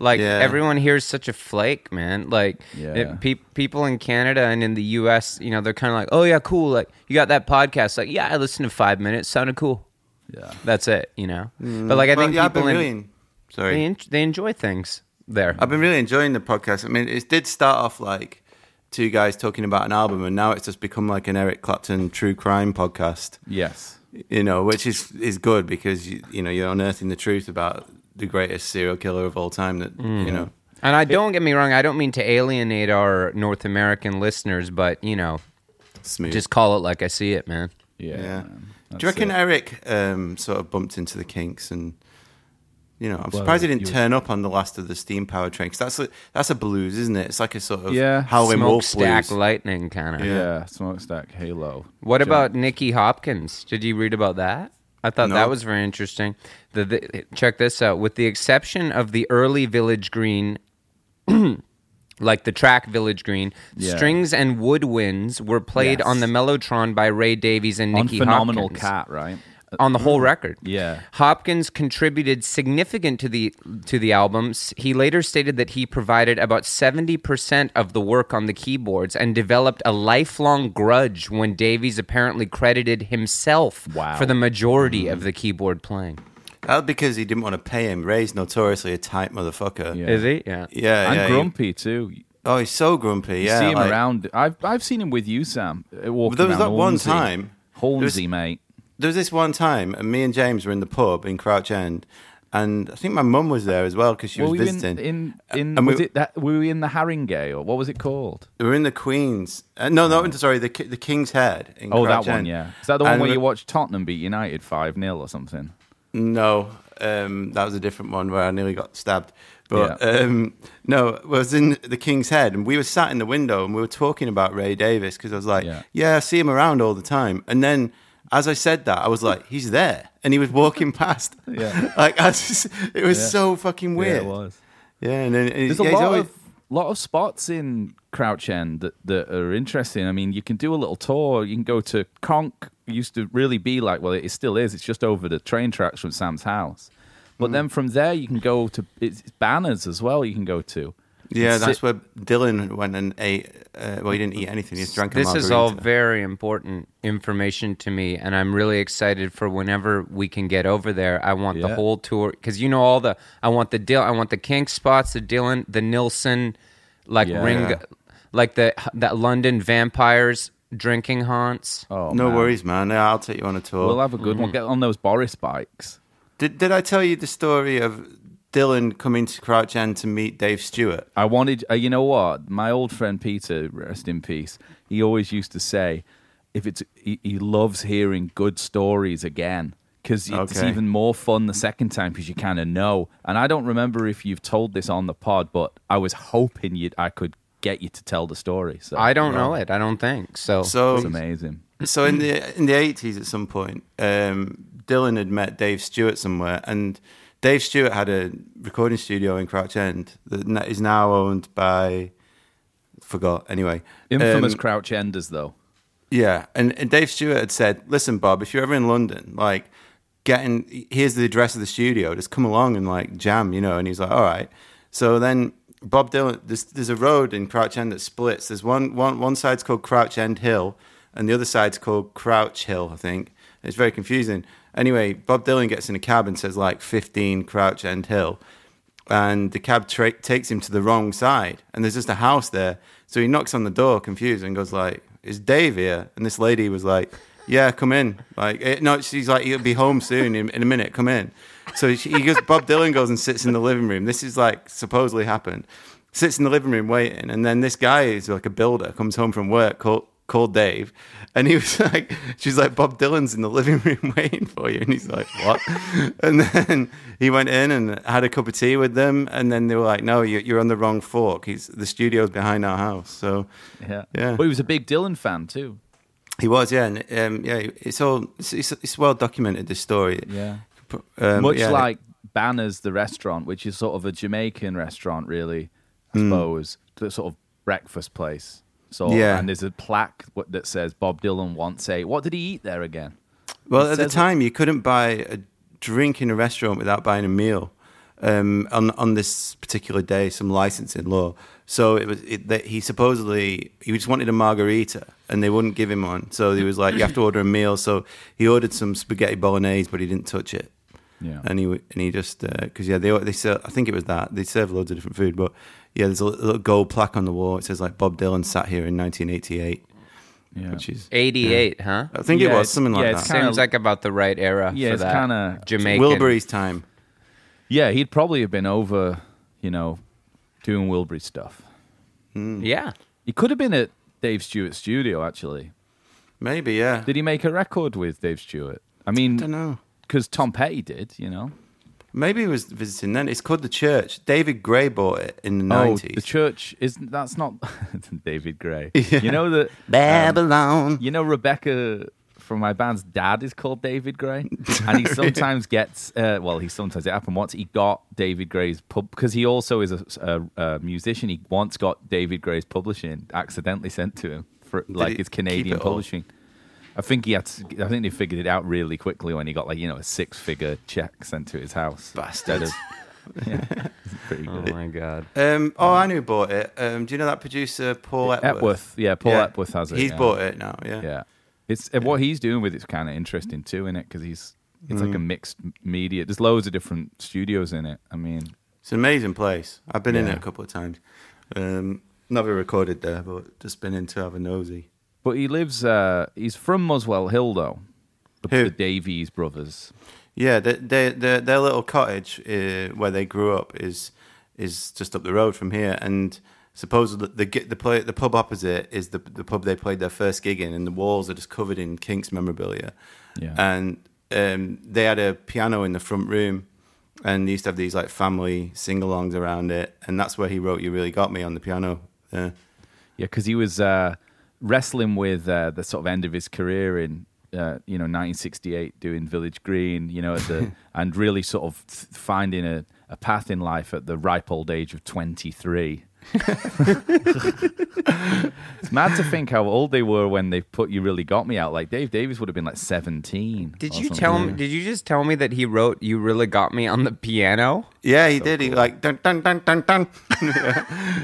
Speaker 3: Like
Speaker 2: Yeah.
Speaker 3: everyone here is such a flake, man. Like
Speaker 1: Yeah.
Speaker 3: it, pe- people in Canada and in the U.S., you know, they're kind of like, "Oh yeah, cool." Like you got that podcast? Like yeah, I listened to five minutes. Sounded cool.
Speaker 1: yeah.
Speaker 3: That's it. You know. But like I
Speaker 2: Well,
Speaker 3: think
Speaker 2: yeah, I've
Speaker 3: people
Speaker 2: been
Speaker 3: in,
Speaker 2: really. en-
Speaker 3: they,
Speaker 2: Sorry,
Speaker 3: en- they enjoy things there.
Speaker 2: I've been really enjoying the podcast. I mean, it did start off like two guys talking about an album, and now it's just become like an Eric Clapton true crime podcast.
Speaker 1: Yes.
Speaker 2: You know, which is is good because you, you know you're unearthing the truth about the greatest serial killer of all time. That
Speaker 1: Mm-hmm.
Speaker 2: you know.
Speaker 3: And I don't get me wrong, I don't mean to alienate our North American listeners, but you know,
Speaker 2: Smooth.
Speaker 3: just call it like I see it, man.
Speaker 1: Yeah.
Speaker 2: Yeah.
Speaker 1: man.
Speaker 2: Do
Speaker 1: That's
Speaker 2: you reckon
Speaker 1: it.
Speaker 2: Eric um, sort of bumped into the kinks and, you know, I'm
Speaker 1: Well,
Speaker 2: surprised he didn't
Speaker 1: you-
Speaker 2: turn up on the last of the steam powered train because that's a, that's a blues, isn't it? It's like a sort of
Speaker 1: Yeah.
Speaker 2: Howling Wolf
Speaker 3: Smokestack
Speaker 2: blues.
Speaker 3: lightning kind of.
Speaker 1: Yeah. Smokestack Halo.
Speaker 3: What
Speaker 1: Jump.
Speaker 3: about Nicky Hopkins? Did you read about that? I thought that
Speaker 2: No.
Speaker 3: was very interesting. The, the, check this out. With the exception of the early Village Green, like the track Village Green,
Speaker 1: Yeah.
Speaker 3: strings and woodwinds were played
Speaker 1: Yes.
Speaker 3: on the Mellotron by Ray Davies and
Speaker 1: on
Speaker 3: Nicky
Speaker 1: Phenomenal
Speaker 3: Hopkins.
Speaker 1: Cat? Right.
Speaker 3: on the whole record.
Speaker 1: Yeah.
Speaker 3: Hopkins contributed significant to the to the albums. He later stated that he provided about 70% of the work on the keyboards and developed a lifelong grudge when Davies apparently credited himself
Speaker 1: Wow.
Speaker 3: for the majority of the keyboard playing.
Speaker 2: That's because he didn't want to pay him. Ray's notoriously a tight motherfucker.
Speaker 1: Yeah.
Speaker 2: Yeah,
Speaker 3: Is he? Yeah.
Speaker 2: Uh, yeah.
Speaker 1: and
Speaker 2: he-
Speaker 1: grumpy too. You
Speaker 2: oh, he's so grumpy. Yeah,
Speaker 1: see him
Speaker 2: like-
Speaker 1: around. I've I've seen him with you, Sam. uh, Walking
Speaker 2: There was
Speaker 1: around
Speaker 2: that one
Speaker 1: Hornsey.
Speaker 2: time
Speaker 1: Hornsey, mate.
Speaker 2: there was this one time, and me and James were in the pub in Crouch End, and I think my mum was there as well because she
Speaker 1: Were
Speaker 2: was
Speaker 1: we in,
Speaker 2: visiting. Uh,
Speaker 1: in, in
Speaker 2: And we-
Speaker 1: was it that were we in the Haringey or what was it called?
Speaker 2: we were in the Queen's. Uh, no, no, sorry, the Ki- the King's Head. In
Speaker 1: Oh,
Speaker 2: Crouch
Speaker 1: that one,
Speaker 2: End.
Speaker 1: yeah. Is that the one
Speaker 2: And
Speaker 1: where
Speaker 2: we-
Speaker 1: you watched Tottenham beat United five 0 or something?
Speaker 2: No, um, that was a different one where I nearly got stabbed. But
Speaker 1: Yeah.
Speaker 2: um, no, it was in the King's Head, and we were sat in the window and we were talking about Ray Davis because I was like,
Speaker 1: Yeah.
Speaker 2: yeah. I see him around all the time." And then, as I said that, I was like, "He's there," and he was walking past.
Speaker 1: Yeah.
Speaker 2: like I just, it was
Speaker 1: Yeah.
Speaker 2: so fucking weird. Yeah,
Speaker 1: was.
Speaker 2: and then and
Speaker 1: There's
Speaker 2: yeah,
Speaker 1: a
Speaker 2: he's
Speaker 1: lot
Speaker 2: always-
Speaker 1: of lot of spots in Crouch End that, that are interesting. I mean, you can do a little tour. You can go to Conk. It used to really be like, well, it still is. It's just over the train tracks from Sam's house.
Speaker 2: Hmm.
Speaker 1: But then from there, you can go to it's it's Banners as well. You can go to.
Speaker 2: yeah.
Speaker 1: Sit-
Speaker 2: That's where Dylan went and ate. Uh, well, he didn't eat anything. He just drank.
Speaker 3: This
Speaker 2: a
Speaker 3: is all
Speaker 2: margarita.
Speaker 3: very important information to me, and I'm really excited for whenever we can get over there. I want the
Speaker 1: Yeah.
Speaker 3: whole tour because you know all the. I want the deal. I want the Kink spots, the Dylan, the Nilsson, like
Speaker 1: Yeah.
Speaker 3: Ringo, like the that London vampires drinking haunts.
Speaker 1: Oh,
Speaker 2: No
Speaker 1: man.
Speaker 2: worries, Hmm. man. Yeah, I'll take you on a tour.
Speaker 1: We'll have a good one. Get on those Boris bikes.
Speaker 2: Did did I tell you the story of Dylan coming to Crouch End to meet Dave Stewart?
Speaker 1: I wanted, uh, you know what? My old friend Peter, rest in peace, he always used to say, if it's, he, he loves hearing good stories again because it's
Speaker 2: Okay.
Speaker 1: even more fun the second time because you kind of know. And I don't remember if you've told this on the pod, but I was hoping you'd, I could get you to tell the story. So
Speaker 3: I don't know it. I don't think so.
Speaker 1: it's
Speaker 2: So
Speaker 1: Oh, amazing.
Speaker 2: so in the in the eighties at some point, um, Dylan had met Dave Stewart somewhere, and Dave Stewart had a recording studio in Crouch End that n- is now owned by forgot anyway.
Speaker 1: Infamous
Speaker 2: Um,
Speaker 1: Crouch Enders, though.
Speaker 2: Yeah, and, and Dave Stewart had said, "Listen, Bob, if you're ever in London, like, get in. Here's the address of the studio. Just come along and like jam, you know." And he's like, "All right." So then Bob Dylan, there's, there's a road in Crouch End that splits. There's one one one side's called Crouch End Hill, and the other side's called Crouch Hill, I think. It's very confusing. Anyway, Bob Dylan gets in a cab and says like 15 Crouch End Hill and the cab tra- takes him to the wrong side and there's just a house there so he knocks on the door confused and goes like is dave here and this lady was like yeah come in like eh, no she's like he'll be home soon in, in a minute come in so she, he goes bob dylan goes and sits in the living room this is like supposedly happened sits in the living room waiting and then this guy is like a builder comes home from work called called Dave, and he was like, "She's like Bob Dylan's in the living room waiting for you," and he's like, "What?" and then he went in and had a cup of tea with them, and then they were like, "No, you- you're on the wrong fork. He's the studio's behind our house." So
Speaker 1: Yeah.
Speaker 2: yeah.
Speaker 1: But he was a big Dylan fan, too.
Speaker 2: he was, yeah, and um, yeah, it's all it's, it's, it's well documented this story.
Speaker 1: Yeah.
Speaker 2: Um,
Speaker 1: much
Speaker 2: yeah.
Speaker 1: like Banners, the restaurant, which is sort of a Jamaican restaurant, really, I
Speaker 2: Hmm.
Speaker 1: suppose, the sort of breakfast place. So,
Speaker 2: Yeah.
Speaker 1: and there's a plaque what- that says Bob Dylan once ate. What did he eat there again?
Speaker 2: Well,
Speaker 1: It
Speaker 2: at the
Speaker 1: says it-
Speaker 2: time, you couldn't buy a drink in a restaurant without buying a meal um, on on this particular day, some licensing law. So it was it, that he supposedly he just wanted a margarita, and they wouldn't give him one. So he was like, "You have to order a meal." So he ordered some spaghetti bolognese, but he didn't touch it.
Speaker 1: Yeah.
Speaker 2: And he w- and he just because yeah they they serve, I think it was that they serve loads of different food, but yeah, there's a li- little gold plaque on the wall. It says like Bob Dylan sat here in 1988,
Speaker 1: Yeah.
Speaker 2: which is
Speaker 3: eighty-eight, huh?
Speaker 2: I think
Speaker 1: Yeah,
Speaker 2: it was
Speaker 1: it's-
Speaker 2: something like
Speaker 1: yeah,
Speaker 2: that.
Speaker 1: it's
Speaker 3: Seems
Speaker 1: kinda-
Speaker 3: like about the right era.
Speaker 1: Yeah,
Speaker 3: for
Speaker 1: it's
Speaker 3: that
Speaker 1: kinda-
Speaker 3: Jamaican.
Speaker 2: Wilbury's time.
Speaker 1: yeah, he'd probably have been over, you know, doing Wilbury stuff.
Speaker 3: Yeah.
Speaker 1: He could have been at Dave Stewart's studio, actually.
Speaker 2: Maybe, yeah.
Speaker 1: Did he make a record with Dave Stewart? I
Speaker 2: I don't
Speaker 1: mean,
Speaker 2: know.
Speaker 1: because Tom Petty did, you know.
Speaker 2: Maybe he was visiting then. It's called the church. David Gray bought it in the nineties.
Speaker 1: Oh, the church isn't. That's not David Gray. You know that
Speaker 2: Babylon.
Speaker 1: You know, Rebecca from my band's dad is called David Gray, and he sometimes gets. Uh, well, he sometimes it happened once. He got David Gray's pub because he also is a, a, a musician. He once got David Gray's publishing accidentally sent to him for
Speaker 2: he
Speaker 1: like his
Speaker 2: keep
Speaker 1: Canadian
Speaker 2: it all?
Speaker 1: publishing. I think he had. To, I think they figured it out really quickly when he got like you know a six-figure check sent to his house. Instead
Speaker 2: Bastards.
Speaker 1: of, yeah, it's pretty good.
Speaker 3: Oh my god.
Speaker 2: um, oh, I knew who bought it. Um, do you know that producer Paul Epworth?
Speaker 1: Epworth, yeah, Paul Epworth has it.
Speaker 2: He's
Speaker 1: yeah.
Speaker 2: bought it now. Yeah.
Speaker 1: Yeah, it's and what he's doing with it's kind of interesting too, in it because he's it's like a
Speaker 2: Mm.
Speaker 1: mixed m- media. There's loads of different studios in it. I mean,
Speaker 2: It's an amazing place. I've been in
Speaker 1: Yeah.
Speaker 2: it a couple of times. Um, never recorded there, but just been in to have a nosy.
Speaker 1: But he lives. Uh, he's from Muswell Hill, though. The,
Speaker 2: Who?
Speaker 1: the Davies brothers.
Speaker 2: Yeah, they, they, their their little cottage uh, where they grew up is is just up the road from here, and supposedly the gi- the, play, the pub opposite is the the pub they played their first gig in, and the walls are just covered in Kinks memorabilia.
Speaker 1: Yeah.
Speaker 2: and um, they had a piano in the front room, and they used to have these like family sing-alongs around it, and that's where he wrote "You Really Got Me" on the piano. Uh,
Speaker 1: Yeah, because he was uh, wrestling with uh, the sort of end of his career in uh, you know 1968, doing Village Green, you know, at the, and really sort of th- finding a, a path in life at the ripe old age of 23. it's mad to think how old they were when they put "You Really Got Me" out. Like Dave Davies would have been like 17.
Speaker 3: Did
Speaker 1: or
Speaker 3: you
Speaker 1: something.
Speaker 3: tell me? Did you just tell me that he wrote "You Really Got Me" on the piano?
Speaker 2: Yeah, he did. He like dun dun dun dun dun.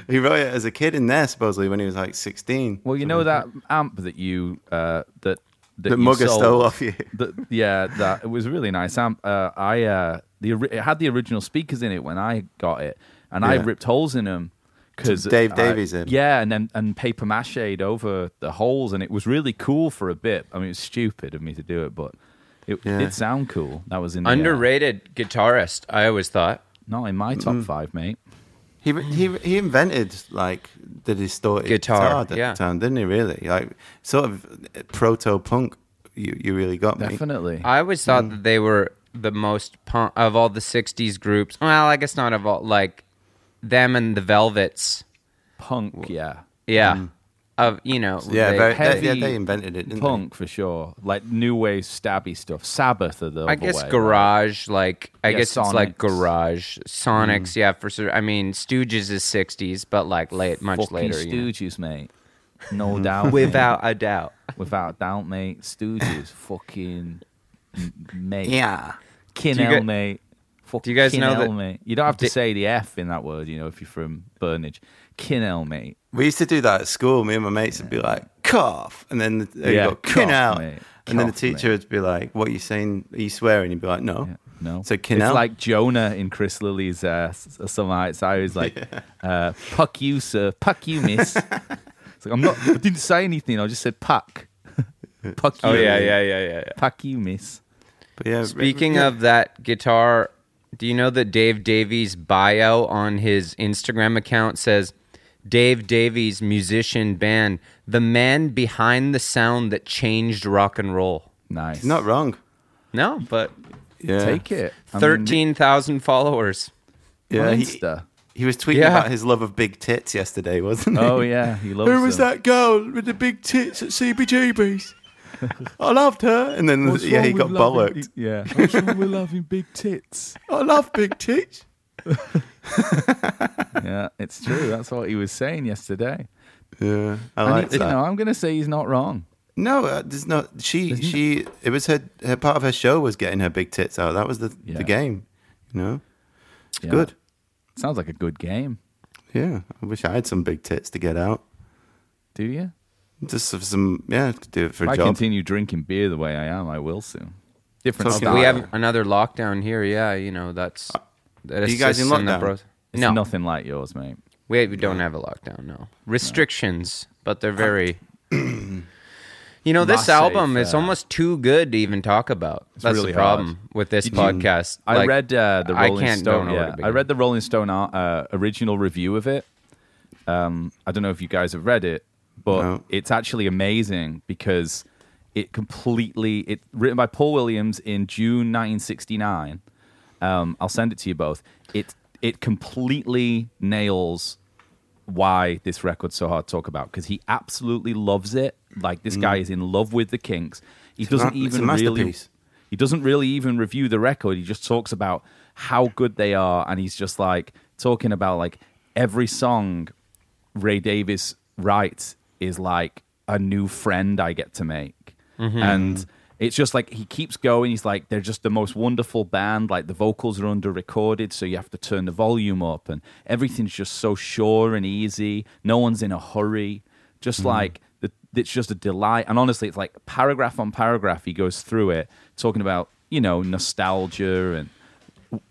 Speaker 2: he wrote it as a kid in there, supposedly when he was like sixteen.
Speaker 1: Well, you know that amp that you uh, that that,
Speaker 2: That
Speaker 1: you
Speaker 2: Mugger
Speaker 1: sold?
Speaker 2: stole off you.
Speaker 1: The- yeah, that it was a really nice amp. Uh, I uh, the ori- it had the original speakers in it when I got it, and I
Speaker 2: Yeah.
Speaker 1: ripped holes in them because
Speaker 2: Dave Davies in.
Speaker 1: Yeah, and then and paper mache'd over the holes, and it was really cool for a bit. I mean, it was stupid of me to do it, but it
Speaker 2: Yeah.
Speaker 1: did sound cool. That was in the, uh,
Speaker 3: Underrated guitarist, I always thought.
Speaker 1: not in my
Speaker 2: Mm.
Speaker 1: top five, mate.
Speaker 2: He he he invented like the distorted
Speaker 3: Guitar,
Speaker 2: guitar, at the
Speaker 3: yeah.
Speaker 2: time, didn't he? Really, like sort of proto punk. You you really got me.
Speaker 1: Definitely.
Speaker 3: I always
Speaker 1: Mm.
Speaker 3: thought that they were the most punk of all the '60s groups. Well, I guess not of all like them and the Velvets.
Speaker 1: Punk, yeah.
Speaker 3: Yeah,
Speaker 1: Mm.
Speaker 3: of you know,
Speaker 2: Yeah,
Speaker 3: they-
Speaker 2: very,
Speaker 1: heavy
Speaker 2: yeah, they invented it. Didn't
Speaker 1: Punk for sure, like new wave stabby stuff. Sabbath are the
Speaker 3: I
Speaker 1: other
Speaker 3: guess
Speaker 1: way,
Speaker 3: garage, like I
Speaker 1: Yeah,
Speaker 3: guess it's
Speaker 1: Sonics.
Speaker 3: like
Speaker 1: Mm.
Speaker 3: garage Sonics. Yeah, for sure. I mean, Stooges is '60s, but like late, much
Speaker 1: Fucking
Speaker 3: later. you know.
Speaker 1: Stooges, mate. No
Speaker 2: Mm-hmm.
Speaker 1: doubt. mate.
Speaker 3: Without a doubt.
Speaker 1: without doubt, mate. Stooges, fucking m- mate.
Speaker 2: They? Yeah.
Speaker 1: Kinnell,
Speaker 3: guys-
Speaker 1: mate. Fucking
Speaker 3: you guys know
Speaker 1: Kinnell,
Speaker 3: that-
Speaker 1: mate. You don't have to
Speaker 3: Di-
Speaker 1: say the F in that word, you know, if you're from Burnage. Kinnell, mate.
Speaker 2: We used to do that at school. Me and my mates would be like, cough. And then the, they'd
Speaker 1: Yeah,
Speaker 2: go, kin
Speaker 1: cough,
Speaker 2: out.
Speaker 1: mate.
Speaker 2: And then the
Speaker 1: Cough,
Speaker 2: teacher would be like, what are you saying? Are you swearing? You'd be like, no.
Speaker 1: Yeah, No.
Speaker 2: So Kinnell.
Speaker 1: It's like Jonah in Chris Lilly's uh, S- Summer Heights. I was like, uh, puck you, sir. Puck you, miss. it's like, I'm not, I didn't say anything. I just said puck. puck you.
Speaker 3: Oh yeah, yeah, yeah, yeah. yeah.
Speaker 1: Puck you, miss.
Speaker 2: But yeah,
Speaker 3: Speaking of that guitar, do you know that Dave Davies' bio on his Instagram account says Dave Davies, musician, band, the man behind the sound that changed rock and roll?
Speaker 1: Nice.
Speaker 2: He's not wrong.
Speaker 3: No, but
Speaker 2: Yeah.
Speaker 1: Take it. I mean,
Speaker 3: 13,000 followers.
Speaker 2: Yeah, he,
Speaker 1: Monster.
Speaker 2: he was tweeting
Speaker 3: Yeah.
Speaker 2: about his love of big tits yesterday, wasn't he?
Speaker 1: Oh yeah, he loves
Speaker 2: Who was
Speaker 1: them.
Speaker 2: that girl with the big tits at CBGB's? I loved her. And then,
Speaker 1: What's
Speaker 2: yeah,
Speaker 1: wrong
Speaker 2: he
Speaker 1: with
Speaker 2: got
Speaker 1: loving-
Speaker 2: bollocked.
Speaker 1: Yeah. What's wrong with loving big tits?
Speaker 2: I love big tits.
Speaker 1: Yeah, it's true. That's what he was saying yesterday.
Speaker 2: Yeah, I
Speaker 1: And
Speaker 2: like
Speaker 1: he- you
Speaker 2: that.
Speaker 1: know, I'm going to say he's not wrong.
Speaker 2: No, uh, there's no. She she. It was her, her part of her show was getting her big tits out. That was the
Speaker 1: Yeah.
Speaker 2: the game. You know,
Speaker 1: Yeah.
Speaker 2: good.
Speaker 1: Sounds like a good game.
Speaker 2: Yeah, I wish I had some big tits to get out.
Speaker 1: Do you?
Speaker 2: Just for some. Yeah, to do it for
Speaker 1: If
Speaker 2: a
Speaker 1: I
Speaker 2: job.
Speaker 1: continue drinking beer the way I am, I will soon. Different
Speaker 2: So
Speaker 1: style.
Speaker 3: We have another lockdown here. Yeah, you know, that's. that's
Speaker 2: Uh, you guys in lockdown?
Speaker 1: it's
Speaker 3: no,
Speaker 1: nothing like yours, mate.
Speaker 3: we, we don't have a lockdown, no. Restrictions, but they're very. You know, this
Speaker 1: Must say,
Speaker 3: album is
Speaker 1: uh,
Speaker 3: almost too good to even even talk about. That's
Speaker 1: really
Speaker 3: the problem with this podcast.
Speaker 1: I
Speaker 3: Like,
Speaker 1: read uh, the
Speaker 3: I
Speaker 1: Rolling
Speaker 3: can't-
Speaker 1: Stone.
Speaker 3: don't know where to
Speaker 1: Yeah, I
Speaker 3: begin.
Speaker 1: read the Rolling Stone uh, original review of it. Um, I don't know if you guys have read it, but
Speaker 2: No.
Speaker 1: it's actually amazing because it completely it written by Paul Williams in June 1969. Um, I'll send it to you both. It it completely nails why this record's so hard to talk about because he absolutely loves it. Like this guy is in love with the Kinks. He doesn't
Speaker 2: ma- Mm. it's a
Speaker 1: even really
Speaker 2: masterpiece.
Speaker 1: he doesn't really even review the record. He just talks about how good they are, and he's just like talking about like every song Ray Davis writes is like a new friend I get to make, and it's just like he keeps going. He's like they're just the most wonderful band. Like the vocals are under recorded, so you have to turn the volume up, and everything's just so sure and easy. No one's in a hurry just like the, it's just a delight and honestly it's like paragraph on paragraph he goes through it talking about you know nostalgia and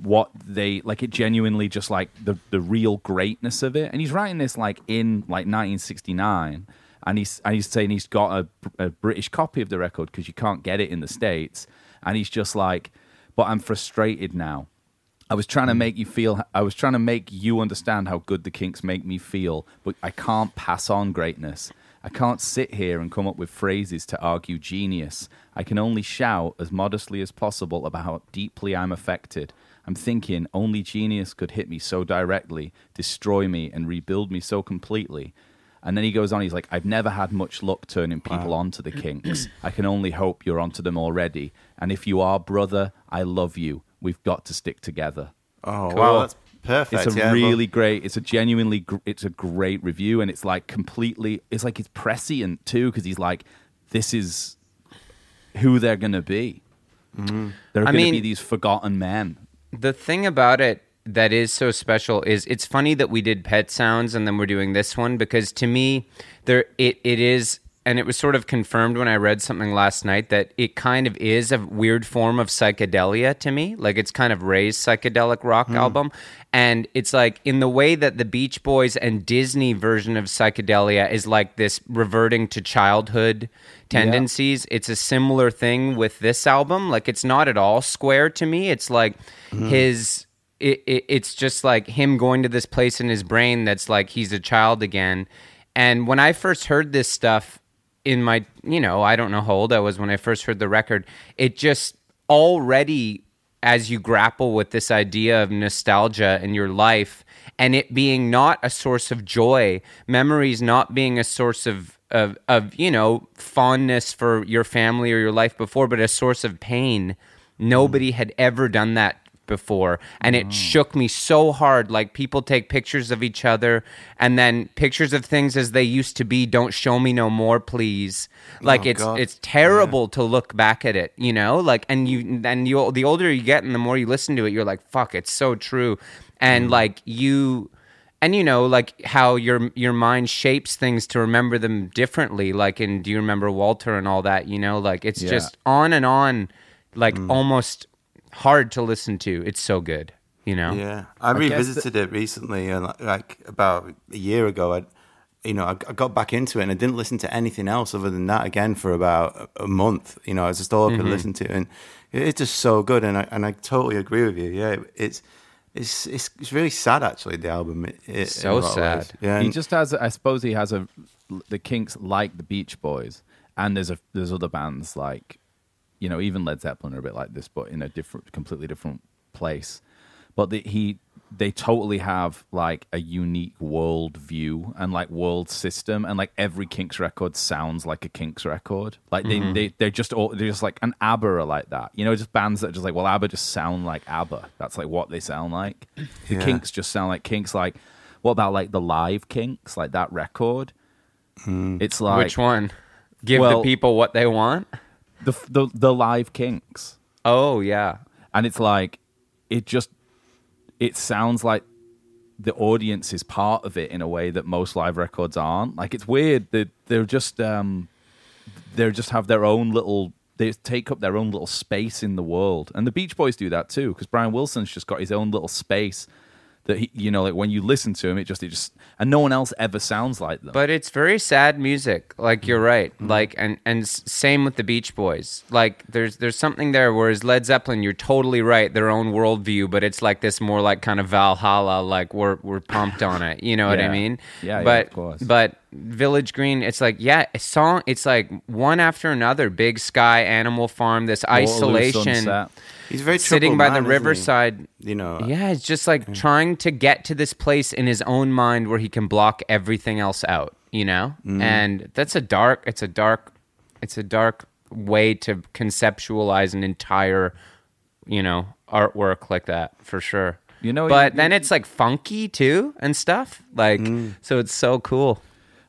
Speaker 1: what they like it genuinely just like the the real greatness of it and he's writing this like in like 1969 and he's and he's saying he's got a, a British copy of the record because you can't get it in the states, and he's just like, but I'm frustrated now. I was trying to make you feel. I was trying to make you understand how good the Kinks make me feel, but I can't pass on greatness. I can't sit here and come up with phrases to argue genius. I can only shout as modestly as possible about how deeply I'm affected. I'm thinking only genius could hit me so directly, destroy me, and rebuild me so completely. And then he goes on, he's like, I've never had much luck turning people onto the kinks. I can only hope you're onto them already. And if you are, brother, I love you. We've got to stick together.
Speaker 2: Oh,
Speaker 1: Cool.
Speaker 2: wow, that's perfect.
Speaker 1: It's a
Speaker 2: Yeah, well,
Speaker 1: really great, it's a genuinely, gr- it's a great review. And it's like completely, it's like it's prescient too, because he's like, this is who they're going to be. They're
Speaker 3: Mm-hmm. I
Speaker 1: going to
Speaker 3: mean-
Speaker 1: be these forgotten men.
Speaker 3: The thing about it that is so special is it's funny that we did Pet Sounds and then we're doing this one because to me there it, it is and it was sort of confirmed when I read something last night that it kind of is a weird form of psychedelia to me. Like it's kind of Ray's psychedelic rock album. And it's like in the way that the Beach Boys and Disney version of psychedelia is like this reverting to childhood tendencies. It's a similar thing with this album. Like it's not at all square to me. It's like his. It, it, it's just like him going to this place in his brain that's like he's a child again. And when I first heard this stuff in my, you know, I don't know how old I was when I first heard the record, it just already, as you grapple with this idea of nostalgia in your life and it being not a source of joy, memories not being a source of, of, of you know, fondness for your family or your life before, but a source of pain. Nobody had ever done that before and it shook me so hard like people take pictures of each other and then pictures of things as they used to be don't show me no more please like it's
Speaker 2: God.
Speaker 3: it's terrible to look back at it you know like and you and you the older you get and the more you listen to it you're like fuck it's so true and
Speaker 1: Mm.
Speaker 3: like you and you know like how your your mind shapes things to remember them differently like in do you remember Walter and all that you know like it's
Speaker 1: Yeah. Mm.
Speaker 3: just on and on like almost hard to listen to. It's so good, you know.
Speaker 2: Yeah, I, revisited it recently, and like, like about a year ago, I, you know, I, I got back into it, and I didn't listen to anything else other than that again for about a, a month. You know, it's just all I could
Speaker 3: Mm-hmm.
Speaker 2: listen to, and it- it's just so good. And I and I totally agree with you. Yeah, it- it's it's it's, it's really sad actually. The album, it, it, in a
Speaker 3: So
Speaker 2: lot of
Speaker 3: sad.
Speaker 2: ways. Yeah,
Speaker 1: he
Speaker 2: and-
Speaker 1: just has i suppose he has a the kinks like the beach boys and there's a there's other bands like you know even led zeppelin are a bit like this but in a different completely different place but the, he they totally have like a unique world view and like world system and like every kinks record sounds like a kinks record like they,
Speaker 2: Mm-hmm.
Speaker 1: they they're just all they're just like an abba are like that you know just bands that are just like well abba just sound like abba that's like what they sound like the
Speaker 2: Yeah.
Speaker 1: kinks just sound like kinks like what about like the live kinks like that record it's like
Speaker 3: Which one? Give the
Speaker 1: Well-
Speaker 3: people what they want.
Speaker 1: the, the the live kinks
Speaker 3: Oh yeah.
Speaker 1: and it's like it just it sounds like the audience is part of it in a way that most live records aren't like it's weird that they're just um they just have their own little they take up their own little space in the world and the beach boys do that too because brian wilson's just got his own little space that he you know like when you listen to him it just it just and no one else ever sounds like them
Speaker 3: But it's very sad music. Like you're right.
Speaker 1: Mm-hmm.
Speaker 3: Like and and s- same with the Beach Boys. Like there's there's something there. Whereas Led Zeppelin, you're totally right. Their own worldview, but it's like this more like kind of Valhalla. Like we're we're pumped on it. You know what I
Speaker 1: Yeah.
Speaker 3: mean?
Speaker 1: Yeah, yeah,
Speaker 3: But
Speaker 1: of course.
Speaker 3: but Village Green, it's like yeah, a song. It's like one after another. Big Sky, Animal Farm, this
Speaker 1: Waterloo
Speaker 3: isolation.
Speaker 1: Sunset.
Speaker 2: he's a very
Speaker 3: sitting
Speaker 2: troubled
Speaker 3: by
Speaker 2: man,
Speaker 3: the
Speaker 2: isn't he?
Speaker 3: riverside.
Speaker 2: You know,
Speaker 3: Yeah, it's just like trying to get to this place in his own mind where he can block everything else out, you know?
Speaker 1: Mm-hmm.
Speaker 3: And that's a dark, it's a dark, it's a dark way to conceptualize an entire, you know, artwork like that for sure.
Speaker 1: You know, you-
Speaker 3: but
Speaker 1: Mm.
Speaker 3: then it's like funky too and stuff. Like, so it's so cool.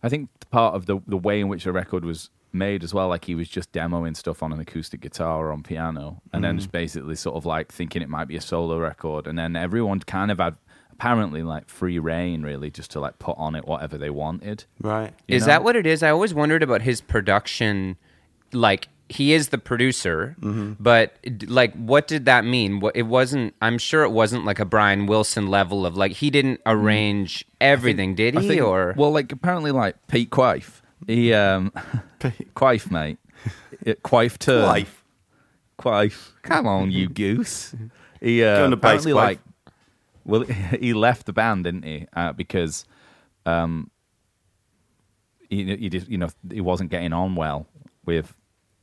Speaker 1: I think part of the the way in which the record was made as well, like he was just demoing stuff on an acoustic guitar or on piano, and then just basically sort of like thinking it might be a solo record, and then everyone kind of had apparently like free reign really just to like put on it whatever they wanted.
Speaker 2: right.
Speaker 1: you
Speaker 3: is
Speaker 1: know?
Speaker 3: that what it is? I always wondered about his production. Like he is the producer,
Speaker 1: Mm-hmm.
Speaker 3: but like, what did that mean? What- It wasn't. I'm sure it wasn't like a Brian Wilson level of like he didn't arrange everything, did he?
Speaker 1: Mm-hmm. I think-
Speaker 3: or
Speaker 1: well, like apparently, like Pete Quife He um, quife mate, quife turn,
Speaker 2: Life.
Speaker 1: Quife. Come on, you goose. He uh,
Speaker 2: Go on the base,
Speaker 1: apparently
Speaker 2: Quife.
Speaker 1: like, well, he left the band, didn't he? Uh, because um, he, he just you know he wasn't getting on well with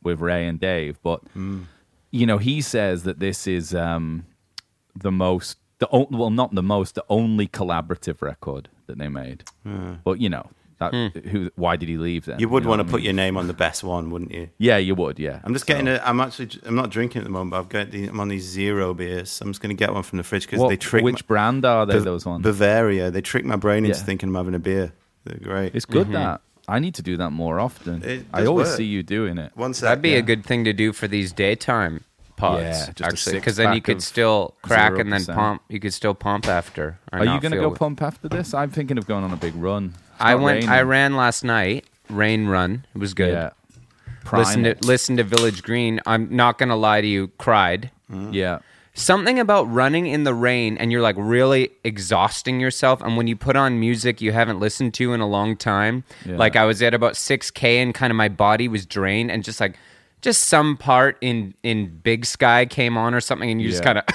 Speaker 1: with Ray and Dave, but
Speaker 2: Mm.
Speaker 1: you know he says that this is um, the most the o- well not the most the only collaborative record that they made. But you know that who why did he leave then?
Speaker 2: You would
Speaker 1: know
Speaker 2: want to
Speaker 1: what I
Speaker 2: put
Speaker 1: mean?
Speaker 2: your name on the best one, wouldn't you?
Speaker 1: yeah you would yeah.
Speaker 2: I'm just getting. A, I'm actually. I'm not drinking at the moment, but I've got. The, I'm on these zero beers. So I'm just going to get one from the fridge because
Speaker 1: What-
Speaker 2: they trick.
Speaker 1: which brand are they?
Speaker 2: my,
Speaker 1: those ones.
Speaker 2: Bavaria. They trick my brain into
Speaker 1: Yeah.
Speaker 2: thinking I'm having a beer. They're great.
Speaker 1: It's
Speaker 3: Mm-hmm.
Speaker 1: good that I need to do that more often.
Speaker 2: It
Speaker 1: I
Speaker 2: does
Speaker 1: always
Speaker 2: work.
Speaker 1: see you doing it.
Speaker 2: one sec.
Speaker 3: That'd be
Speaker 2: yeah.
Speaker 3: a good thing to do for these daytime pods,
Speaker 1: Yeah, just a
Speaker 3: actually,
Speaker 1: six
Speaker 3: because then you
Speaker 1: pack
Speaker 3: could
Speaker 1: of
Speaker 3: still crack and then
Speaker 1: 0%.
Speaker 3: pump. You could still pump after. or
Speaker 1: Are you
Speaker 3: not
Speaker 1: going to
Speaker 3: feel-
Speaker 1: go pump after this? I'm thinking of going on a big run. It's
Speaker 3: I
Speaker 1: not
Speaker 3: went. I
Speaker 1: raining.
Speaker 3: ran last night. Rain run. It was good.
Speaker 1: Yeah. Prime
Speaker 3: Listen to
Speaker 1: it.
Speaker 3: listen to Village Green. I'm not gonna lie to you. Cried.
Speaker 1: Mm-hmm. Yeah.
Speaker 3: Something about running in the rain and you're like really exhausting yourself. And when you put on music you haven't listened to in a long time,
Speaker 1: Yeah.
Speaker 3: like I was at about 6K and kind of my body was drained and just like, just some part in in Big Sky came on or something and you just
Speaker 1: Yeah.
Speaker 3: kind of,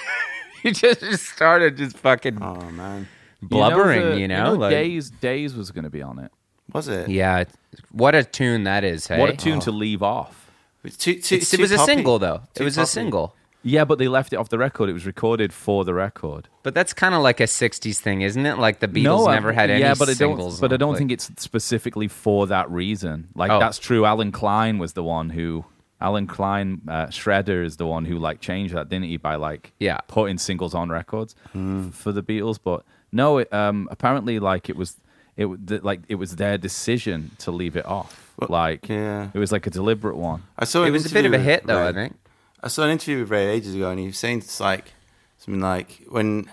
Speaker 3: you just, just started just fucking
Speaker 2: Oh man,
Speaker 3: blubbering, you know?
Speaker 1: the-
Speaker 3: like,
Speaker 1: Days Days was going to be on it.
Speaker 2: was it?
Speaker 3: yeah. What a tune that is, hey?
Speaker 1: What a tune to leave off.
Speaker 2: It's too, too,
Speaker 3: It's-
Speaker 2: too
Speaker 3: it was a
Speaker 2: poppy.
Speaker 3: single though. It
Speaker 2: Too
Speaker 3: was a
Speaker 2: poppy.
Speaker 3: single.
Speaker 1: Yeah, but they left it off the record. It was recorded for the record.
Speaker 3: But that's kind of like a '60s thing, isn't it? Like the Beatles
Speaker 1: I-
Speaker 3: never had any
Speaker 1: yeah, but I
Speaker 3: singles.
Speaker 1: don't. But I
Speaker 3: on,
Speaker 1: don't
Speaker 3: like-
Speaker 1: think it's specifically for that reason. Like
Speaker 3: Oh.
Speaker 1: that's true. Alan Klein was the one who. Alan Klein uh, Shredder is the one who like changed that, didn't he? By like
Speaker 3: Yeah.
Speaker 1: putting singles on records f- for the Beatles. But no, it, um, apparently like it was it w- th- like it was their decision to leave it off. like
Speaker 2: yeah.
Speaker 1: it was like a deliberate one.
Speaker 2: I saw.
Speaker 3: it
Speaker 2: an
Speaker 3: was a bit of
Speaker 2: interview
Speaker 3: a
Speaker 2: with
Speaker 3: hit though. I
Speaker 2: Ray.
Speaker 3: think.
Speaker 2: I saw an interview with Ray ages ago, and he was saying it's like something like when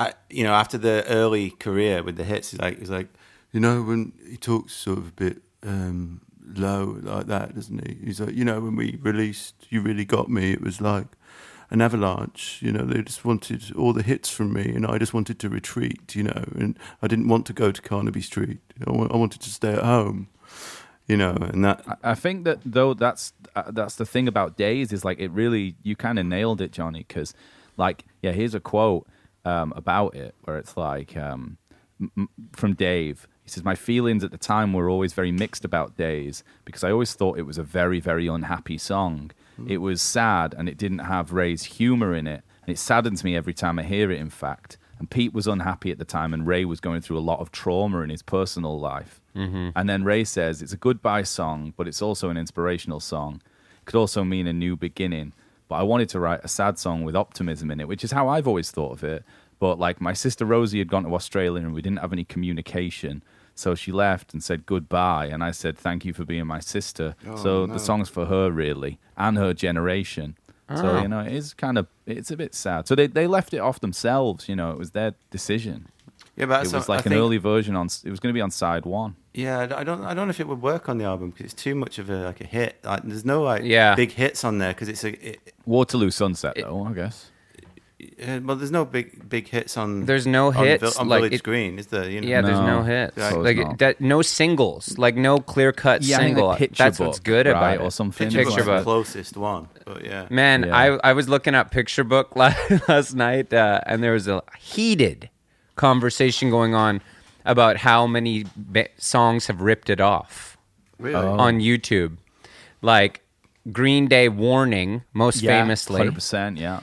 Speaker 2: I, you know, after the early career with the hits, he's like, he's like, you know, when he talks sort of a bit um, low like that, doesn't he? He's like, you know, when we released, you really got me. It was like an avalanche. You know, they just wanted all the hits from me, and I just wanted to retreat. You know, and I didn't want to go to Carnaby Street. I wa- I wanted to stay at home. You know, and that
Speaker 1: I think that though that's uh, that's the thing about days is like it really you kind of nailed it, Johnny. Because like yeah, here's a quote um, about it where it's like um, m- m- from Dave. He says, "My feelings at the time were always very mixed about days because I always thought it was a very very unhappy song. It was sad and it didn't have Ray's humor in it, and it saddens me every time I hear it. In fact." And Pete was unhappy at the time, and Ray was going through a lot of trauma in his personal life. And then Ray says, It's a goodbye song, but it's also an inspirational song. It could also mean a new beginning. But I wanted to write a sad song with optimism in it, which is how I've always thought of it. But like my sister Rosie had gone to Australia and we didn't have any communication. So she left and said goodbye. And I said, Thank you for being my sister. so the song's for her, really, and her generation. So, you know, it is kind of, it's a bit sad. So they, they left it off themselves, you know, it was their decision.
Speaker 2: yeah, but
Speaker 1: it was like an early version on, it was going to be on side one.
Speaker 2: Yeah, I d- I don't. I don't know if it would work on the album because it's too much of a like a hit. Like, there's no like
Speaker 3: Yeah.
Speaker 2: big hits on there because it's a. It,
Speaker 1: Waterloo Sunset, though, I guess.
Speaker 2: uh, well, there's no big big hits on.
Speaker 3: There's no
Speaker 2: on Vil-
Speaker 3: hits,
Speaker 2: on
Speaker 3: like,
Speaker 2: Village
Speaker 3: it-
Speaker 2: Green. Is there? You know?
Speaker 3: Yeah, there's no
Speaker 1: No,
Speaker 3: hits.
Speaker 1: so it's
Speaker 3: like
Speaker 1: not.
Speaker 3: that, no singles. Like no clear cut
Speaker 1: Yeah, I think
Speaker 3: single.
Speaker 1: like Picture
Speaker 3: That's what's
Speaker 1: Book,
Speaker 3: good
Speaker 1: right,
Speaker 3: about it.
Speaker 1: or something.
Speaker 2: Picture,
Speaker 3: Picture
Speaker 2: Book's the
Speaker 3: Book.
Speaker 2: closest one, but yeah.
Speaker 3: Man,
Speaker 1: Yeah.
Speaker 3: I I was looking up picture book la- last night, uh, and there was a heated conversation going on about how many ba- songs have ripped it off
Speaker 2: Really?
Speaker 1: Oh.
Speaker 3: on YouTube, like Green Day "Warning" most famously,
Speaker 1: 100%, yeah.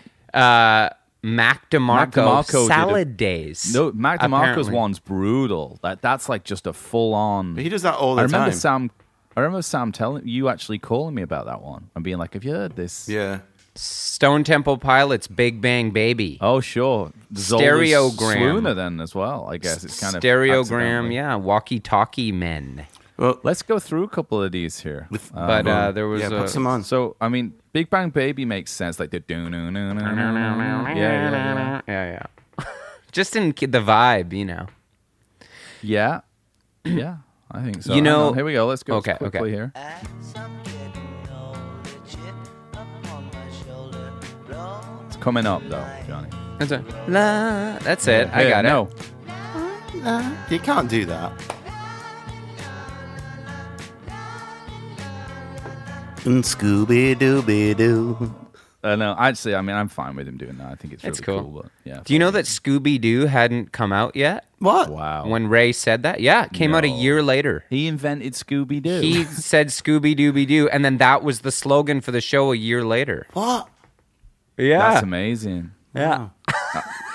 Speaker 3: Mac DeMarco,
Speaker 1: DeMarco did a-
Speaker 3: "Salad Days."
Speaker 1: No, Mac DeMarco's
Speaker 3: apparently.
Speaker 1: one's brutal. That that's like just a full on.
Speaker 2: But he does that all the
Speaker 1: I remember
Speaker 2: time.
Speaker 1: Sam. I remember Sam telling you actually calling me about that one and being like, "Have you heard this?"
Speaker 2: yeah.
Speaker 3: Stone Temple Pilots, "Big Bang Baby."
Speaker 1: Oh, sure. Zola's
Speaker 3: Stereogram.
Speaker 1: Swooner then as well. I guess it's kind of
Speaker 3: stereogram,
Speaker 1: accidentally.
Speaker 3: yeah, walkie-talkie men.
Speaker 2: Well,
Speaker 1: Let's go through a couple of these here. Um,
Speaker 3: but uh, there was
Speaker 2: yeah,
Speaker 3: a,
Speaker 2: put some on.
Speaker 1: so I mean, Big Bang Baby makes sense. Like the do no no no yeah yeah yeah
Speaker 3: yeah, yeah. Just in ki- the vibe, you know.
Speaker 1: yeah yeah. I think so.
Speaker 3: You
Speaker 1: Hang
Speaker 3: know-
Speaker 1: on, here we go. Let's go
Speaker 3: Okay, okay.
Speaker 1: quickly here.
Speaker 5: It's
Speaker 1: Coming up though, Johnny.
Speaker 3: That's it. La, that's it. I
Speaker 1: Here,
Speaker 3: got
Speaker 1: no.
Speaker 3: it.
Speaker 2: you can't do that. And Scooby Dooby Doo.
Speaker 1: Uh, no, actually, I mean, I'm fine with him doing that. I think it's really
Speaker 3: It's
Speaker 1: cool.
Speaker 3: cool.
Speaker 1: but yeah.
Speaker 3: Do you know that Scooby Doo hadn't come out yet
Speaker 2: What?
Speaker 1: Wow.
Speaker 3: when Ray said that? Yeah, it came out a
Speaker 1: No.
Speaker 3: year later.
Speaker 1: he invented Scooby Doo.
Speaker 3: He said Scooby Dooby Doo, and then that was the slogan for the show a year later.
Speaker 2: What?
Speaker 1: That's
Speaker 3: Yeah.
Speaker 1: amazing. Uh,
Speaker 3: Yeah.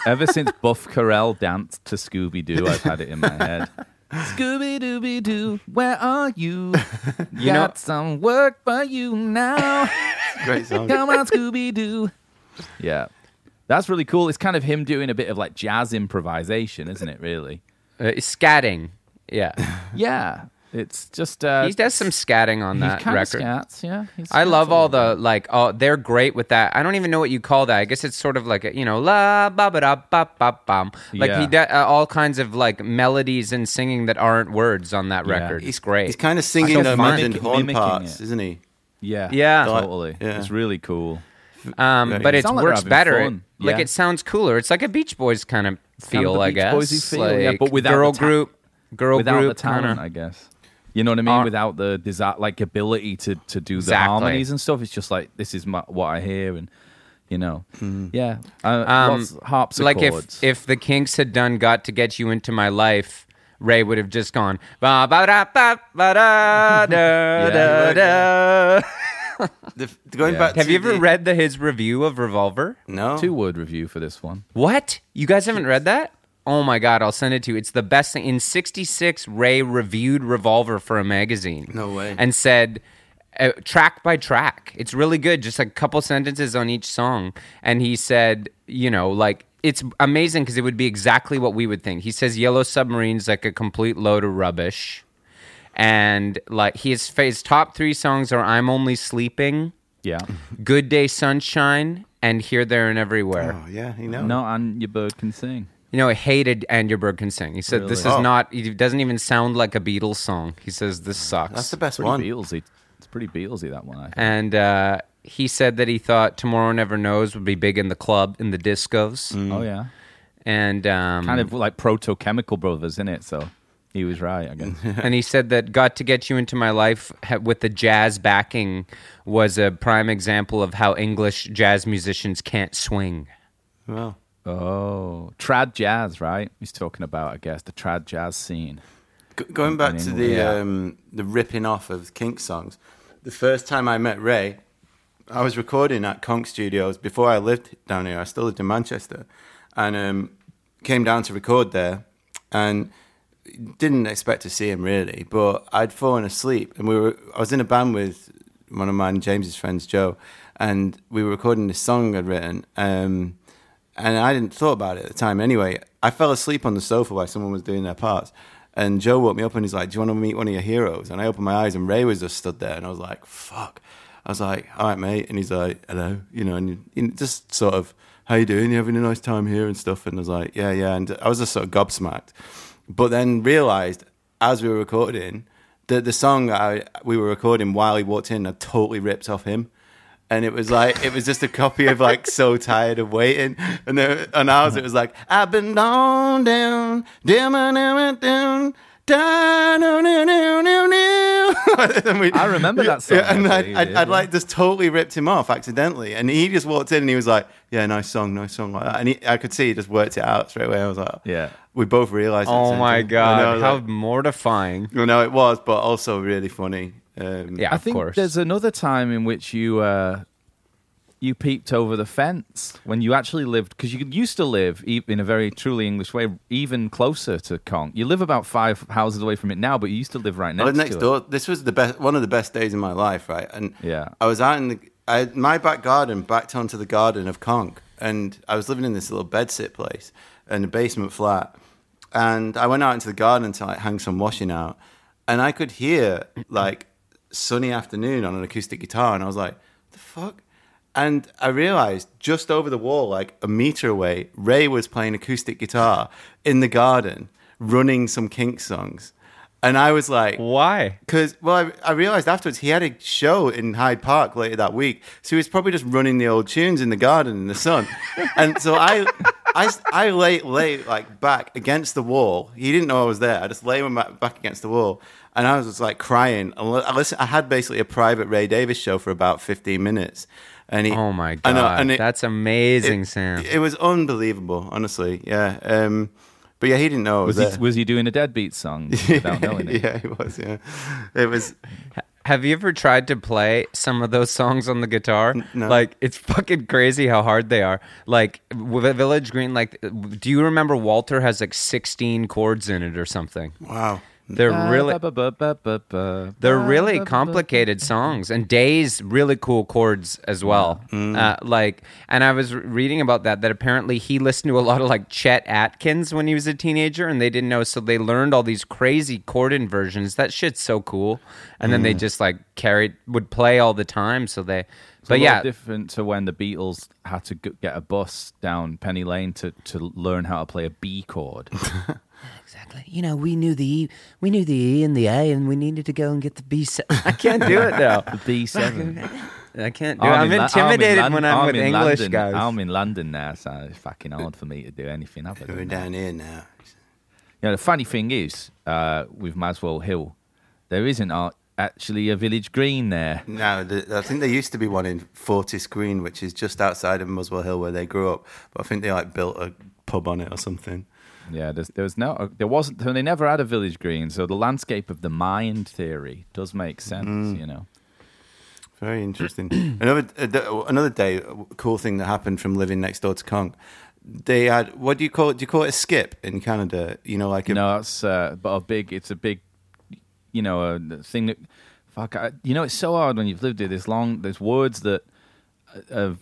Speaker 1: Ever since Buff Carell danced to Scooby Doo, I've had it in my head. Scooby Dooby Doo, where are you? you
Speaker 3: know-
Speaker 1: Got some work for you now.
Speaker 2: Great song.
Speaker 1: Come on, Scooby Doo. Yeah. That's really cool. It's kind of him doing a bit of like jazz improvisation, isn't it, really?
Speaker 3: Uh, scatting. Yeah.
Speaker 1: Yeah. It's just. Uh,
Speaker 3: He does some scatting on
Speaker 1: he's
Speaker 3: that
Speaker 1: kinda
Speaker 3: record.
Speaker 1: scats, yeah. He
Speaker 3: I
Speaker 1: scats
Speaker 3: love
Speaker 1: a
Speaker 3: all
Speaker 1: little
Speaker 3: the like. Oh, they're great with that. I don't even know what you call that. I guess it's sort of like a, you know la ba ba da ba ba bum. Like
Speaker 1: Yeah.
Speaker 3: he did uh, all kinds of like melodies and singing that aren't words on that
Speaker 1: Yeah.
Speaker 3: record. It's great.
Speaker 2: He's kind of singing
Speaker 1: I
Speaker 2: the
Speaker 1: don't mind
Speaker 2: imagined
Speaker 1: it,
Speaker 2: horn
Speaker 1: mimicking
Speaker 2: parts,
Speaker 1: it.
Speaker 2: is isn't he?
Speaker 1: Yeah.
Speaker 3: Yeah.
Speaker 1: Totally.
Speaker 2: Yeah.
Speaker 1: It's really cool.
Speaker 3: um, but
Speaker 2: you
Speaker 3: it
Speaker 1: sound like
Speaker 3: works
Speaker 1: they're having
Speaker 3: better.
Speaker 1: fun.
Speaker 3: Like
Speaker 1: Yeah.
Speaker 3: it sounds cooler. It's like a Beach Boys kind of
Speaker 1: kind of
Speaker 3: feel.
Speaker 1: the
Speaker 3: I
Speaker 1: Beach
Speaker 3: guess.
Speaker 1: Boysy feel, yeah,
Speaker 3: Like,
Speaker 1: but without
Speaker 3: girl
Speaker 1: the ta-
Speaker 3: group, girl
Speaker 1: without
Speaker 3: group
Speaker 1: the talent,
Speaker 3: kinda-
Speaker 1: I guess. You know what I mean?
Speaker 3: Ar-
Speaker 1: without the desi- like ability to to do the
Speaker 3: Exactly.
Speaker 1: harmonies and stuff, it's just like this is my, what I hear, and you know,
Speaker 2: Hmm.
Speaker 1: yeah, uh,
Speaker 3: Um,
Speaker 1: lots of harpsichords.
Speaker 3: like if if the Kinks had done "Got to Get You Into My Life," Ray would have just gone ba ba da ba ba da da da. da.
Speaker 2: The, going
Speaker 1: Yeah.
Speaker 2: back.
Speaker 3: Have
Speaker 2: to
Speaker 3: you ever
Speaker 2: the-
Speaker 3: read the his review of Revolver?
Speaker 2: No.
Speaker 1: two word review for this one,
Speaker 3: What you guys haven't read that? Oh my god, I'll send it to you. It's the best thing. In '66, Ray reviewed Revolver for a magazine.
Speaker 2: No way.
Speaker 3: And said. Uh, track by track. It's really good. Just like a couple sentences on each song. And he said, you know, like it's amazing because it would be exactly what we would think. He says Yellow Submarine's like a complete load of rubbish. And like his, his top three songs are I'm Only Sleeping,
Speaker 1: yeah.
Speaker 3: Good Day Sunshine, and Here, There, and Everywhere.
Speaker 2: Oh, yeah, you know.
Speaker 1: no, and your bird can sing.
Speaker 3: You know, he hated Andrew Bird can sing. He said, "This is
Speaker 2: Really? Oh.
Speaker 3: not. It doesn't even sound like a Beatles song." He says, "This sucks."
Speaker 2: That's the best
Speaker 1: Pretty
Speaker 2: one.
Speaker 1: Beatlesy. It's pretty Beatlesy that one. I think.
Speaker 3: and uh, he said that he thought "Tomorrow Never Knows" would be big in the club, in the discos,
Speaker 2: Mm.
Speaker 1: oh yeah,
Speaker 3: and
Speaker 2: Hmm.
Speaker 3: um,
Speaker 1: kind of like proto Chemical Brothers, isn't it? So he was right again.
Speaker 3: and he said that "Got to Get You Into My Life" ha- with the jazz backing was a prime example of how English jazz musicians can't swing.
Speaker 2: Well,
Speaker 1: oh, trad jazz, right? He's talking about, I guess, the trad jazz scene.
Speaker 2: Go- Going back to the
Speaker 1: Yeah.
Speaker 2: um, the ripping off of Kink songs, the first time I met Ray, I was recording at Conk Studios before I lived down here. I still lived in Manchester, and um, came down to record there, and didn't expect to see him really. But I'd fallen asleep, and we were I was in a band with one of mine, James's friends, Joe, and we were recording this song I'd written. Um, and I didn't thought about it at the time. Anyway, I fell asleep on the sofa while someone was doing their parts, and Joe woke me up and he's like, "Do you want to meet one of your heroes?" And I opened my eyes, and Ray was just stood there, and I was like, "Fuck!" I was like, "All right, mate," and he's like, "Hello," you know, and, and just sort of, "How you doing? You having a nice time here and stuff?" And I was like, "Yeah, yeah," and I was just sort of gobsmacked, but then realized as we were recording that the song I, we were recording while he walked in, I totally ripped off him and it was like it was just a copy of like so tired of waiting and then on ours it was like i've been down down down down down down down down down down we,
Speaker 1: I remember that song,
Speaker 2: yeah, and
Speaker 1: actually,
Speaker 2: I'd, I'd,
Speaker 1: yeah.
Speaker 2: I'd like just totally ripped him off accidentally and he just walked in and he was like yeah nice song nice song like that and he, i could see he just worked it out straight away i was like
Speaker 1: Yeah.
Speaker 2: we both realized it at the
Speaker 3: Oh
Speaker 2: same
Speaker 3: my
Speaker 2: time. I
Speaker 3: god!
Speaker 2: know,
Speaker 3: How
Speaker 2: like,
Speaker 3: mortifying!
Speaker 2: you know it was but also really funny um,
Speaker 3: Yeah,
Speaker 1: I
Speaker 3: of
Speaker 1: think
Speaker 3: course.
Speaker 1: there's another time in which you uh, you peeped over the fence when you actually lived because you used to live e- in a very truly English way, even closer to Conk. You live about five houses away from it now, but you used to live
Speaker 3: Oh,
Speaker 1: right next,
Speaker 2: Well, next
Speaker 1: to
Speaker 2: door. This was the best, one of the best days in my life, right? And
Speaker 1: Yeah.
Speaker 2: I was out in the I, my back garden, backed onto the garden of Conk, and I was living in this little bedsit place in a basement flat. And I went out into the garden to like hang some washing out, and I could hear like sunny afternoon on an acoustic guitar, and I was like, "The fuck." And I realized just over the wall, like a meter away, Ray was playing acoustic guitar in the garden, running some Kink songs. And I was like,
Speaker 3: Why?
Speaker 2: because, well, I, I realized afterwards he had a show in Hyde Park later that week. So he was probably just running the old tunes in the garden in the sun. and so I, I, s- I lay, lay like back against the wall. He didn't know I was there. I just lay my back against the wall. and I was just like crying. I li- I listen. I had basically a private Ray Davis show for about fifteen minutes, and he,
Speaker 3: Oh my
Speaker 2: I
Speaker 3: god,
Speaker 2: know, and it-
Speaker 3: that's amazing,
Speaker 2: it,
Speaker 3: Sam.
Speaker 2: It was unbelievable, honestly. Yeah. Um, but yeah, he didn't know. I
Speaker 1: Was
Speaker 2: Was,
Speaker 1: he,
Speaker 2: there.
Speaker 1: was he doing a deadbeat song without knowing it?
Speaker 2: yeah, he was. Yeah, it was.
Speaker 3: Have you ever tried to play some of those songs on the guitar? Like it's fucking crazy how hard they are. Like with Village Green, like do you remember Walter has like sixteen chords in it or something?
Speaker 2: Wow.
Speaker 3: They're
Speaker 1: Uh,
Speaker 3: really
Speaker 1: Ba-ba-ba-ba-ba-ba.
Speaker 3: they're really complicated songs and days really cool chords as well
Speaker 1: Mm.
Speaker 3: uh, like and i was re- reading about that that apparently he listened to a lot of like chet atkins when he was a teenager and they didn't know so they learned all these crazy chord inversions that shit's so cool and then they just like carried would play all the time so they
Speaker 1: Mm. It's a
Speaker 3: but
Speaker 1: lot
Speaker 3: yeah
Speaker 1: different to when the Beatles had to g- get a bus down Penny Lane to, to learn how to play a B chord.
Speaker 3: exactly you know we knew the e we knew the e and the a and we needed to go and get the b set i can't do it now
Speaker 1: The B seven.
Speaker 3: i can't do it i'm intimidated when i'm, with english
Speaker 1: London.
Speaker 3: guys
Speaker 1: I'm in London now, so it's fucking hard for me to do anything other
Speaker 2: We're
Speaker 1: than that.
Speaker 2: down here now.
Speaker 1: You know, the funny thing is, uh, with Maswell Hill, there isn't a- actually a village green there.
Speaker 2: No, th I think there used to be one in Fortis Green, which is just outside of Muswell Hill where they grew up. But I think they like built a pub on it or something.
Speaker 1: Yeah, there's, there was no, there wasn't, so they never had a village green. So the landscape of the mind theory does make sense,
Speaker 3: Mm.
Speaker 1: you know.
Speaker 2: Very interesting. another uh, th- another day, uh, cool thing that happened from living next door to Conk. They had what do you call it? Do you call it a skip in Canada? You know, like a,
Speaker 1: No, that's uh, but a big. It's a big, you know, a thing that. Fuck, I, you know, it's so hard when you've lived here this long. There's words that uh, have,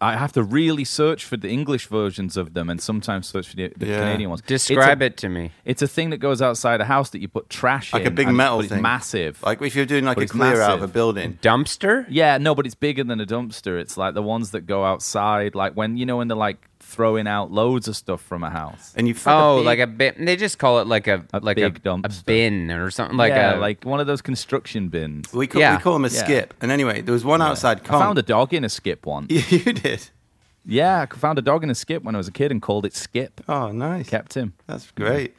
Speaker 1: I have to really search for the English versions of them, and sometimes search for the, the
Speaker 2: Yeah.
Speaker 1: Canadian ones. It's a-
Speaker 3: describe it to me
Speaker 1: It's a thing that goes outside a house that you put trash
Speaker 2: like
Speaker 1: in,
Speaker 2: a big
Speaker 1: and-
Speaker 2: metal
Speaker 1: but it's
Speaker 2: thing,
Speaker 1: massive.
Speaker 2: Like if you're doing like
Speaker 1: But
Speaker 2: a
Speaker 1: it's
Speaker 2: clear out of a
Speaker 1: massive.
Speaker 2: building.
Speaker 3: dumpster
Speaker 1: yeah, no, but it's bigger than a dumpster. It's like the ones that go outside, like when you know when they're like throwing out loads of stuff from a house.
Speaker 2: And you fuck
Speaker 3: Oh,
Speaker 2: big-
Speaker 3: like a bin. They just call it like a,
Speaker 1: A
Speaker 3: like a,
Speaker 1: big dumpster.
Speaker 3: a bin or something like uh,
Speaker 1: yeah,
Speaker 3: a
Speaker 1: like one of those construction bins.
Speaker 2: we call,
Speaker 3: yeah,
Speaker 2: we call them a
Speaker 1: yeah.
Speaker 2: skip. And anyway, there was one outside
Speaker 1: I
Speaker 2: Conk.
Speaker 1: found a dog in a skip once.
Speaker 2: you did.
Speaker 1: Yeah, I found a dog in a skip when I was a kid and called it Skip.
Speaker 2: Oh, nice.
Speaker 1: Kept him.
Speaker 2: That's great.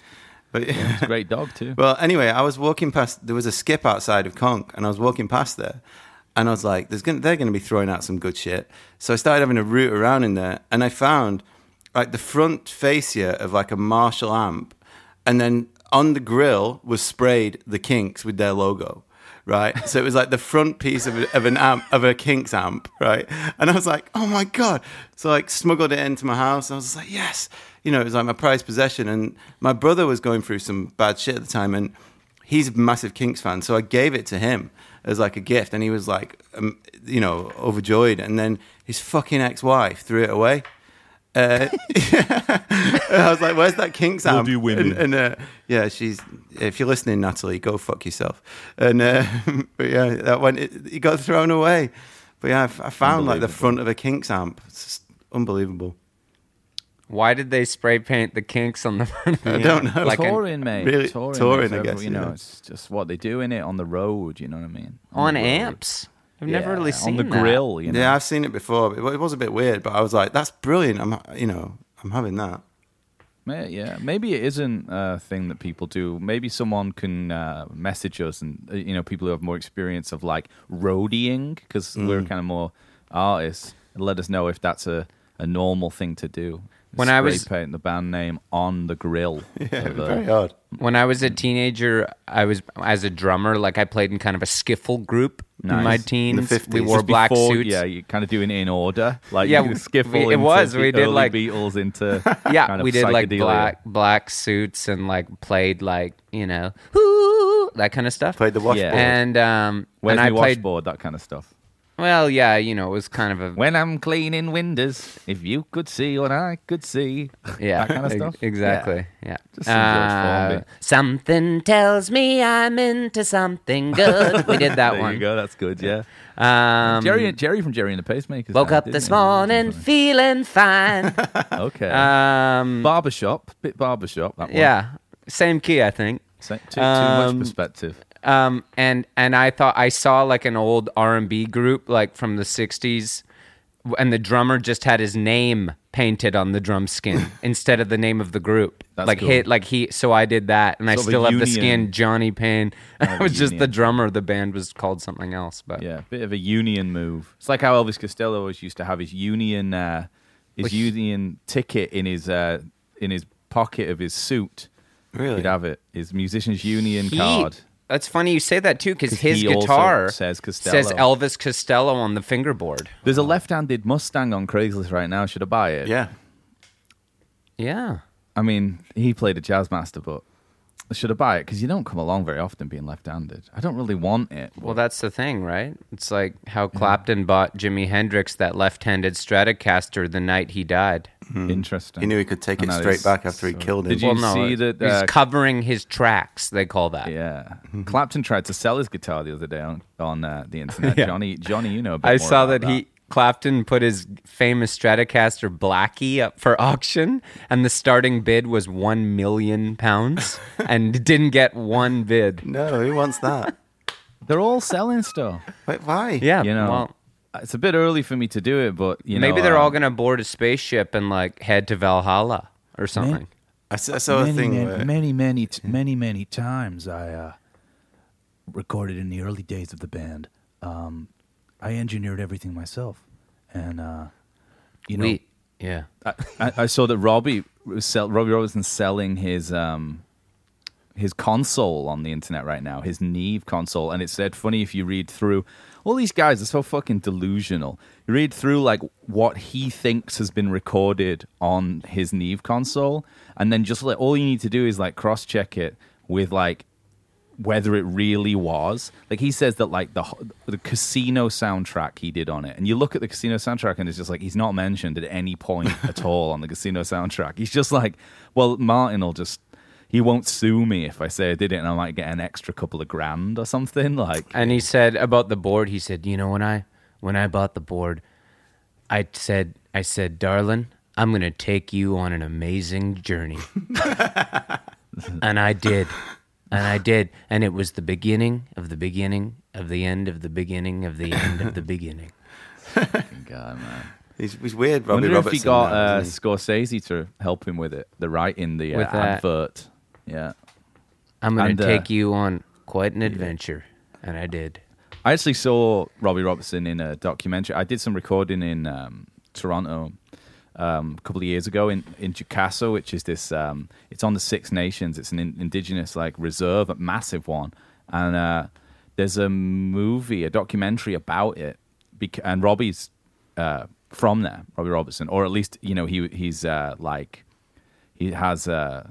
Speaker 2: But
Speaker 1: It's a great dog too.
Speaker 2: Well, anyway, I was walking past. There was a skip outside of Conk, and I was walking past there, and I was like, "There's gonna, they're going to be throwing out some good shit." So I started having a root around in there, and I found like the front fascia of like a Marshall amp, and then on the grill was sprayed the Kinks with their logo. Right, so it was like the front piece of, a- of an amp of a Kinks amp, right? And I was like, "Oh my god!" So like smuggled it into my house. I was just like, "Yes," you know, it was like my prized possession. And my brother was going through some bad shit at the time, and he's a massive Kinks fan. So I gave it to him as like a gift, and he was like, um, you know, overjoyed. And then his fucking ex-wife threw it away. Uh, and I was like, "Where's that Kinks amp?"
Speaker 1: do women.
Speaker 2: And, and uh, yeah, she's. If you're listening, Natalie, go fuck yourself. And uh, but yeah, that went. It, it got thrown away. But yeah, I, f- I found like the front of a Kinks amp. It's just unbelievable.
Speaker 3: why did they spray paint the kinks on the front? of
Speaker 2: I
Speaker 3: the
Speaker 2: don't
Speaker 3: amp?
Speaker 2: know.
Speaker 3: Like an-
Speaker 1: touring, mate.
Speaker 2: really-
Speaker 1: touring,
Speaker 2: touring,
Speaker 1: it's
Speaker 2: I
Speaker 1: over-
Speaker 2: guess,
Speaker 1: You know,
Speaker 2: yeah.
Speaker 1: it's just what they do in it on the road. You know what I mean?
Speaker 3: on
Speaker 1: the road.
Speaker 3: amps. I've never
Speaker 1: Yeah,
Speaker 3: really seen
Speaker 1: on the
Speaker 3: that.
Speaker 1: grill. You know,
Speaker 2: Yeah, I've seen it before. But it wa- it was a bit weird, but I was like, "That's brilliant." I'm, ha- you know, I'm having that.
Speaker 1: May- yeah. Maybe it isn't a thing that people do. Maybe someone can uh, message us, and uh, you know, people who have more experience of like roadieing because
Speaker 2: Mm.
Speaker 1: we're kind of more artists. Let us know if that's a, a normal thing to do.
Speaker 3: When
Speaker 1: Spray
Speaker 3: I was-
Speaker 1: paint the band name on the grill.
Speaker 2: Yeah,
Speaker 1: of the-
Speaker 2: very odd.
Speaker 3: When I was a teenager, I was as a drummer. Like I played in kind of a skiffle group in
Speaker 1: Nice.
Speaker 3: my
Speaker 1: In the
Speaker 3: teens. we
Speaker 2: 50s.
Speaker 3: wore
Speaker 1: Just
Speaker 3: black
Speaker 1: before-
Speaker 3: suits.
Speaker 1: Yeah, you're kind of doing it in order. Like
Speaker 3: Yeah,
Speaker 1: yeah,
Speaker 3: we-
Speaker 1: skiffle.
Speaker 3: we- it
Speaker 1: into
Speaker 3: was,
Speaker 1: the
Speaker 3: we did,
Speaker 1: early
Speaker 3: like-
Speaker 1: Beatles into
Speaker 3: yeah,
Speaker 1: kind of
Speaker 3: we did like
Speaker 1: psychedelia.
Speaker 3: black black suits and like played like you know "Ooh," that kind of stuff.
Speaker 2: Played the washboard.
Speaker 3: and um
Speaker 1: Where's
Speaker 3: and I
Speaker 1: my
Speaker 3: played
Speaker 1: washboard? That kind of stuff.
Speaker 3: well yeah you know it was kind of a
Speaker 1: When I'm cleaning windows, if you could see what I could see,
Speaker 3: Yeah,
Speaker 1: that kind of
Speaker 3: ex-
Speaker 1: stuff.
Speaker 3: Exactly. Yeah. Uh,
Speaker 1: Just some George Formby.
Speaker 3: something tells me I'm into something good. we did that
Speaker 1: there
Speaker 3: one.
Speaker 1: you go. That's good. Yeah,
Speaker 3: Um,
Speaker 1: Jerry, Jerry from Jerry and the Pacemakers.
Speaker 3: woke
Speaker 1: had,
Speaker 3: up
Speaker 1: didn't
Speaker 3: this
Speaker 1: he?
Speaker 3: morning feeling fine.
Speaker 1: Okay.
Speaker 3: um,
Speaker 1: barbershop, bit barbershop. That one.
Speaker 3: yeah, same key, I think.
Speaker 1: Sa- Too, too
Speaker 3: Um,
Speaker 1: much perspective.
Speaker 3: um, and and I thought I saw like an old R and B group like from the '60s and the drummer just had his name painted on the drum skin instead of the name of the group.
Speaker 1: That's
Speaker 3: like
Speaker 1: cool.
Speaker 3: hit like he so I did that and I
Speaker 1: Sort of a
Speaker 3: still have the
Speaker 1: union. Oh,
Speaker 3: skin Johnny Payne. I was just the
Speaker 1: union.
Speaker 3: drummer. The band was called something else, but
Speaker 1: Yeah, bit of a union move. It's like how Elvis Costello always used to have his union uh, his union ticket in his uh, in his pocket of his suit.
Speaker 2: Really?
Speaker 1: He'd have it. His musicians union
Speaker 3: He-
Speaker 1: card.
Speaker 3: That's funny you say that too, because his
Speaker 1: he also
Speaker 3: guitar
Speaker 1: says
Speaker 3: says
Speaker 1: Costello.
Speaker 3: Elvis Costello on the fingerboard.
Speaker 1: There's a left-handed Mustang on Craigslist right now. Should I buy it?
Speaker 2: Yeah.
Speaker 3: Yeah.
Speaker 1: I mean, he played a jazz master, but should I buy it? Because you don't come along very often being left-handed. I don't really want it.
Speaker 3: Well, that's the thing, right? It's like how Clapton bought Jimi Hendrix that left-handed Stratocaster the night he died.
Speaker 1: Interesting.
Speaker 2: He knew he could take
Speaker 1: I
Speaker 2: it
Speaker 1: know,
Speaker 2: straight
Speaker 1: it's
Speaker 2: back after he
Speaker 1: so-
Speaker 2: killed him.
Speaker 1: Did you
Speaker 3: well, no,
Speaker 1: see
Speaker 3: it-
Speaker 1: that, uh,
Speaker 3: he's covering his tracks. They call that.
Speaker 1: Yeah,
Speaker 3: Mm-hmm.
Speaker 1: Clapton tried to sell his guitar the other day on, on uh, the internet.
Speaker 3: Yeah.
Speaker 1: Johnny, Johnny, you know. A bit
Speaker 3: I
Speaker 1: more
Speaker 3: saw
Speaker 1: about
Speaker 3: that, he Clapton put his famous Stratocaster Blackie up for auction, and the starting bid was one million pounds, and didn't get one bid.
Speaker 2: No, who wants that?
Speaker 1: They're all selling stuff.
Speaker 2: Wait, why?
Speaker 3: Yeah,
Speaker 1: You know,
Speaker 3: well,
Speaker 1: it's a bit early for me to do it, but you know,
Speaker 3: maybe they're all
Speaker 1: um,
Speaker 3: gonna board a spaceship and like head to Valhalla or something.
Speaker 2: I s- I saw a thing
Speaker 5: many,
Speaker 2: where.
Speaker 5: many, many, t- many, many times I uh, recorded in the early days of the band. Um, I engineered everything myself, and uh, you know,
Speaker 3: We, yeah.
Speaker 1: I, I I saw that Robbie was sell, Robbie Robertson selling his um his console on the internet right now, his Neve console, and it said funny if you read through all these guys are so fucking delusional. You read through like what he thinks has been recorded on his Neve console, and then just like all you need to do is like cross check it with like whether it really was. Like he says that like the ho- the casino soundtrack he did on it, and you look at the casino soundtrack and it's just like he's not mentioned at any point at all on the casino soundtrack. He's just like, well, Martin will just. He won't sue me if I say I did it, and I might get an extra couple of grand or something. Like,
Speaker 3: And he said about the board, he said, "You know, when I when I bought the board, I said I said, "Darling, I'm going to take you on an amazing journey." and I did. And I did, and it was the beginning of the beginning of the end of the beginning of the end of the beginning.
Speaker 1: God, man.
Speaker 2: He's, he's weird,
Speaker 1: I
Speaker 2: Robbie
Speaker 1: wonder if
Speaker 2: Robertson.
Speaker 1: he got
Speaker 2: now,
Speaker 1: uh,
Speaker 2: isn't he?
Speaker 1: Scorsese to help him with it, the writing, the uh,
Speaker 3: With that.
Speaker 1: advert. Yeah.
Speaker 3: I'm going
Speaker 1: And,
Speaker 3: to
Speaker 1: uh,
Speaker 3: take you on quite an adventure, and I did.
Speaker 1: I actually saw Robbie Robertson in a documentary. I did some recording in um, Toronto um, a couple of years ago in in Jucaso, which is this. Um, it's on the Six Nations. It's an in, indigenous like reserve, a massive one, and uh, there's a movie, a documentary about it. Bec- and Robbie's uh, from there, Robbie Robertson, or at least you know he he's uh, like he has uh,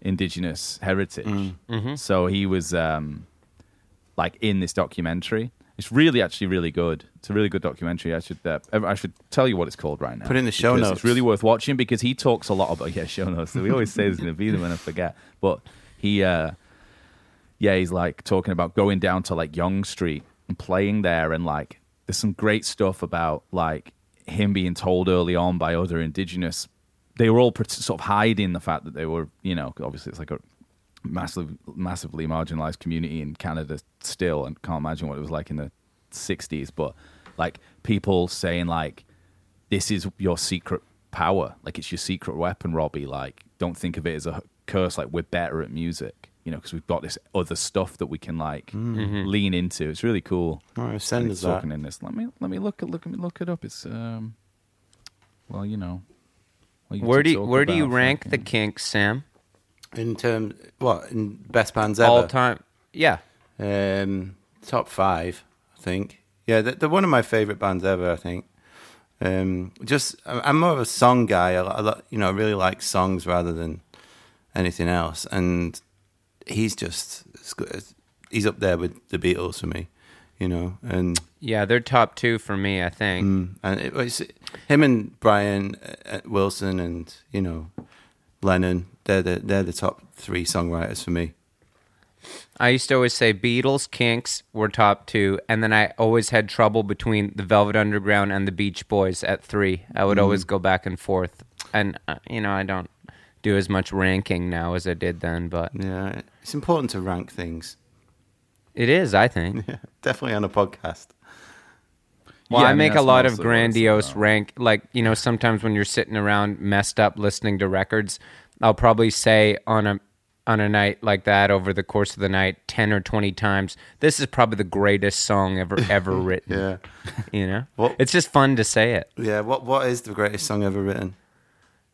Speaker 1: indigenous heritage,
Speaker 2: Mm.
Speaker 1: so he was. Um, like in this documentary. It's really actually really good. It's a really good documentary. I should uh, I should tell you what it's called right now.
Speaker 2: Put it in the show
Speaker 1: because
Speaker 2: notes.
Speaker 1: It's really worth watching because he talks a lot about yeah show notes. We always say there's going to be them when I forget, but he uh, yeah he's like talking about going down to like Young Street and playing there and like there's some great stuff about like him being told early on by other indigenous they were all pret- sort of hiding the fact that they were you know obviously it's like a massive, massively marginalized community in Canada still, and can't imagine what it was like in the '60s. But like people saying like, "This is your secret power. Like it's your secret weapon, Robbie. Like don't think of it as a curse. Like we're better at music, you know, because we've got this other stuff that we can like
Speaker 3: Mm-hmm.
Speaker 1: lean into. It's really cool."
Speaker 2: All right,
Speaker 1: And
Speaker 2: send us
Speaker 1: it's
Speaker 2: that.
Speaker 1: talking in this. Let me let me look at look at look it up. It's um, well, you know. well, you
Speaker 3: Where
Speaker 1: can
Speaker 3: do you,
Speaker 1: talk
Speaker 3: where do you
Speaker 1: about
Speaker 3: rank the
Speaker 1: fucking-
Speaker 3: Kinks, Sam?
Speaker 2: In terms, what in best bands ever?
Speaker 3: All time. Yeah.
Speaker 2: Um, top five, I think. Yeah, they're, they're one of my favorite bands ever. I think. Um, just I- I'm more of a song guy. I, li- I, li- you know, I really like songs rather than anything else. And he's just it's go- it's- he's up there with the Beatles for me. You know, and
Speaker 3: Yeah, they're top 2 for me, I think.
Speaker 2: and it, it's him and Brian uh, uh, Wilson and you know Lennon. They're the they're the top three songwriters for me.
Speaker 3: I used to always say Beatles, Kinks were top two, and then I always had trouble between the Velvet Underground and the Beach Boys at three. I would
Speaker 1: Mm.
Speaker 3: always go back and forth, and uh, you know I don't do as much ranking now as I did then, but
Speaker 2: Yeah, it's important to rank things.
Speaker 3: it is, I think.
Speaker 2: Definitely on a podcast.
Speaker 3: Well,
Speaker 1: Yeah,
Speaker 3: I
Speaker 1: I mean,
Speaker 3: make a
Speaker 1: that's
Speaker 3: lot
Speaker 1: mostly what
Speaker 3: of
Speaker 1: it's
Speaker 3: grandiose
Speaker 1: about.
Speaker 3: rank. Like, you know, sometimes when you're sitting around messed up listening to records, I'll probably say on a on a night like that over the course of the night 10 or 20 times this is probably the greatest song ever ever written
Speaker 2: Yeah.
Speaker 3: you know
Speaker 2: Well-
Speaker 3: it's just fun to say it
Speaker 2: Yeah. What What is the greatest song ever written?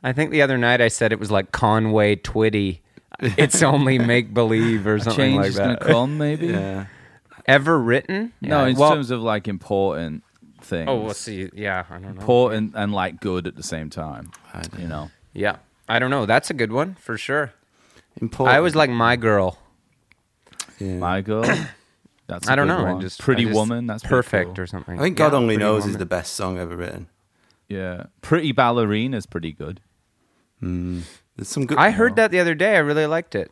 Speaker 3: i think the other night i said it was like conway twitty it's only make believe or something
Speaker 1: Change
Speaker 3: like
Speaker 1: is going
Speaker 3: that
Speaker 1: to come, maybe.
Speaker 2: Yeah.
Speaker 3: ever written
Speaker 1: No,
Speaker 3: Yeah.
Speaker 1: in
Speaker 3: Well-
Speaker 1: terms of like important things.
Speaker 3: oh we'll see yeah i don't know
Speaker 1: Important and like good at the same time. You know.
Speaker 3: yeah i don't know that's a good one for sure
Speaker 2: Important.
Speaker 3: i was like my girl
Speaker 2: Yeah.
Speaker 1: My girl. That's I
Speaker 3: I don't know. I just
Speaker 1: Pretty
Speaker 3: I just-
Speaker 1: Woman. That's pretty
Speaker 3: perfect
Speaker 1: cool.
Speaker 3: or something.
Speaker 2: I think God
Speaker 3: Yeah,
Speaker 2: Only
Speaker 3: Pretty
Speaker 2: Knows is
Speaker 3: Woman.
Speaker 2: the best song ever written.
Speaker 1: Yeah. Pretty Ballerina is pretty good.
Speaker 2: There's some good.
Speaker 3: I heard that the other day. I really liked it.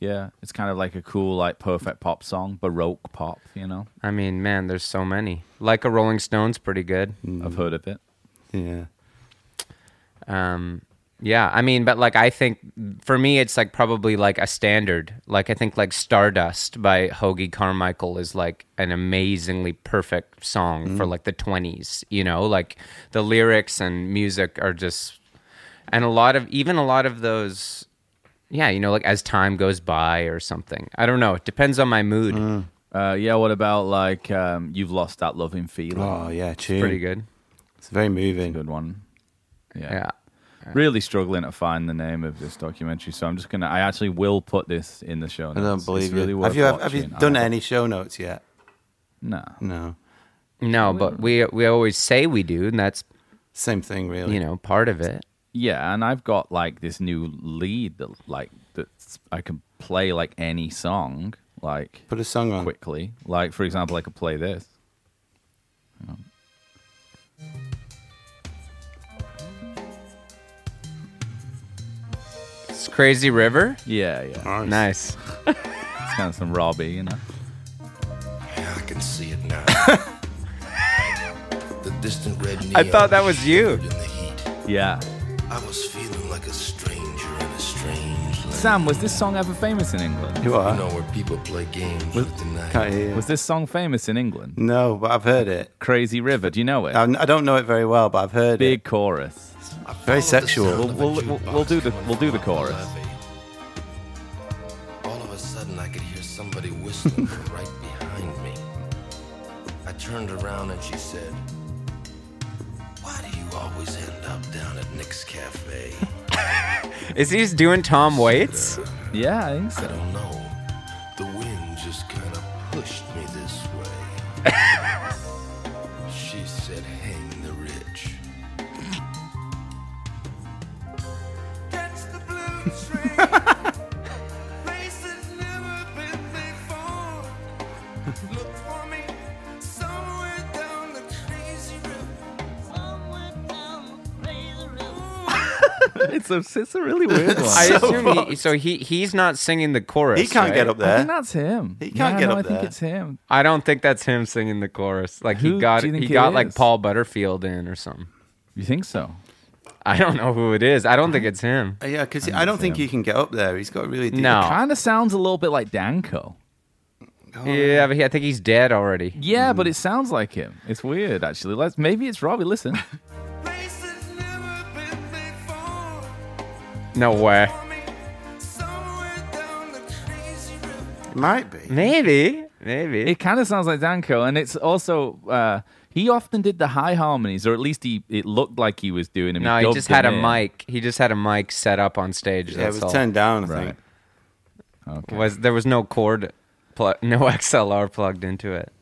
Speaker 1: Yeah. It's kind of like a cool, like perfect pop song, baroque pop. You know.
Speaker 3: I mean, man, there's so many. Like a Rolling Stones, pretty good.
Speaker 1: I've heard of it.
Speaker 2: Yeah.
Speaker 3: Um, yeah, I mean, but like I think for me, it's like probably like a standard. Like I think like Stardust by Hoagie Carmichael is like an amazingly perfect song for like the 20s. You know, like the lyrics and music are just, and a lot of even a lot of those. Yeah, you know, like as time goes by or something. I don't know. It depends on my mood.
Speaker 1: Uh, yeah. What about like um, you've lost that loving feeling?
Speaker 2: Oh yeah, tune.
Speaker 3: Pretty good.
Speaker 2: It's very moving.
Speaker 1: Good one. Yeah.
Speaker 3: Yeah.
Speaker 1: Really struggling to find the name of this documentary, so I'm just gonna. I actually will put this in the show.
Speaker 2: I
Speaker 1: Notes.
Speaker 2: don't believe
Speaker 1: it's really
Speaker 2: you.
Speaker 1: worth
Speaker 2: Have you have, have you
Speaker 1: watching. I
Speaker 2: done
Speaker 1: haven't-
Speaker 2: any show notes yet?
Speaker 1: No.
Speaker 2: No.
Speaker 3: No, but we we always say we do, and that's
Speaker 2: Same thing, really.
Speaker 3: you know part of it.
Speaker 1: Yeah, and I've got like this new lead that like that I can play like any song like
Speaker 2: Put a song on.
Speaker 1: quickly. Like for example, I could play this.
Speaker 3: It's Crazy River.
Speaker 1: Yeah, yeah.
Speaker 2: Uh.
Speaker 3: Nice.
Speaker 1: It's kind of some Robbie, you know.
Speaker 6: I can see it now. the distant red neon
Speaker 3: I thought that was you.
Speaker 6: in the heat.
Speaker 1: Yeah.
Speaker 6: I was feeling like a stranger in a strange land.
Speaker 1: Sam, was this song ever famous in England?
Speaker 2: You
Speaker 6: You
Speaker 2: are.
Speaker 6: know where people play games with the night.
Speaker 2: Can't hear you.
Speaker 1: Was this song famous in England?
Speaker 2: No, but I've heard it.
Speaker 1: Crazy River, do you know it?
Speaker 2: I'm, I i do not know it very well, but I've heard
Speaker 1: Big chorus.
Speaker 6: I followed
Speaker 2: very
Speaker 6: the
Speaker 2: sexual.
Speaker 6: sound
Speaker 1: We'll,
Speaker 6: of a
Speaker 1: we'll, we'll,
Speaker 6: jukebox
Speaker 1: we'll do the
Speaker 6: coming
Speaker 1: we'll do the
Speaker 6: from
Speaker 1: chorus.
Speaker 6: levee. All of a sudden, I could hear somebody whistling from right behind me. I turned around and she said, Why do you always end up down at Nick's Cafe?
Speaker 3: Is he just doing Tom Waits?
Speaker 1: Yeah, I think
Speaker 6: I
Speaker 1: so.
Speaker 6: don't know. The wind just kind of pushed me this way. she said, Hang the rich.
Speaker 7: Catch the blue train. Places never been before. Look for me somewhere down the crazy river. Somewhere down the crazy river.
Speaker 1: It's a it's a really weird one.
Speaker 3: I
Speaker 1: I,
Speaker 3: assume he, so. He he's not singing the chorus.
Speaker 2: He can't get
Speaker 3: right?
Speaker 2: up
Speaker 1: I think
Speaker 2: there.
Speaker 1: that's him.
Speaker 2: He can't
Speaker 1: Yeah,
Speaker 2: get
Speaker 1: no,
Speaker 2: up
Speaker 1: I think
Speaker 2: there.
Speaker 1: it's him.
Speaker 3: I don't think that's him singing the chorus. Like he
Speaker 1: Who
Speaker 3: got
Speaker 1: do you think
Speaker 3: he
Speaker 1: it
Speaker 3: got like
Speaker 1: is?
Speaker 3: Paul Butterfield in or something.
Speaker 1: You think so?
Speaker 3: I don't know who it is. I don't think it's him.
Speaker 2: Yeah, because I don't think he can get up there. He's got really deep.
Speaker 3: No.
Speaker 1: Kind of sounds a little bit like Danko.
Speaker 3: Yeah, but he, I think he's dead already.
Speaker 1: Yeah, but it sounds like him. It's weird, actually. Let's maybe it's Robbie. Listen,
Speaker 7: Places never been before.
Speaker 3: No way.
Speaker 7: For me somewhere down the crazy river.
Speaker 2: It might be.
Speaker 3: Maybe. Maybe.
Speaker 1: it kind of sounds like Danko, and it's also uh, he often did the high harmonies, or at least he it looked like he was doing them.
Speaker 3: no, he
Speaker 1: dubbed
Speaker 3: just had a
Speaker 1: them in.
Speaker 3: mic. He just had a mic set up on stage.
Speaker 2: Yeah, it
Speaker 3: that's
Speaker 2: was
Speaker 3: all.
Speaker 2: turned down, I
Speaker 1: Right.
Speaker 2: think.
Speaker 1: Okay.
Speaker 3: was there was no cord plu- no XLR plugged into it.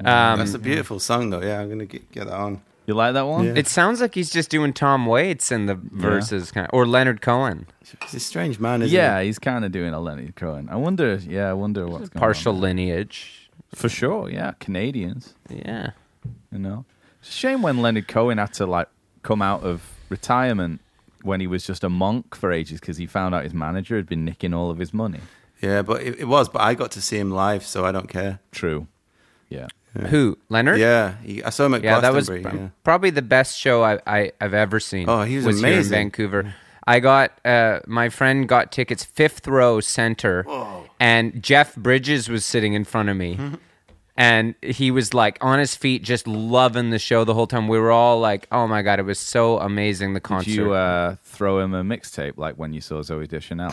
Speaker 3: Um,
Speaker 2: That's a beautiful song, though. Yeah, I'm going to get, get that on.
Speaker 1: You like that one?
Speaker 2: Yeah.
Speaker 3: it sounds like he's just doing Tom Waits in the verses kind or Leonard Cohen.
Speaker 2: He's a strange man, isn't
Speaker 1: Yeah,
Speaker 2: he?
Speaker 1: he's kind of doing a Lenny Cohen. I wonder. Yeah, I wonder what's going
Speaker 3: Partial
Speaker 1: on.
Speaker 3: lineage.
Speaker 1: for sure. Yeah, Canadians.
Speaker 3: Yeah.
Speaker 1: You know, it's a shame when Leonard Cohen had to like come out of retirement when he was just a monk for ages because he found out his manager had been nicking all of his money.
Speaker 2: Yeah, but it, it was. But I got to see him live, so I don't care.
Speaker 1: True. Yeah.
Speaker 3: Who? Leonard?
Speaker 2: Yeah, he, I saw him at
Speaker 3: Yeah, that was
Speaker 2: Glastonbury.
Speaker 3: pr-
Speaker 2: yeah.
Speaker 3: probably the best show I, I, I've ever seen.
Speaker 2: Oh, he was
Speaker 3: here in
Speaker 2: amazing.
Speaker 3: Vancouver. I got uh, my friend got tickets
Speaker 2: Mm-hmm.
Speaker 3: fifth row center, and Jeff Bridges was sitting in front of me, and he was like on his feet, just loving the show the whole time. We were all like, "Oh my god, it was so amazing!" The concert.
Speaker 1: Did you uh, throw him a mixtape like when you saw Zoe Deschanel?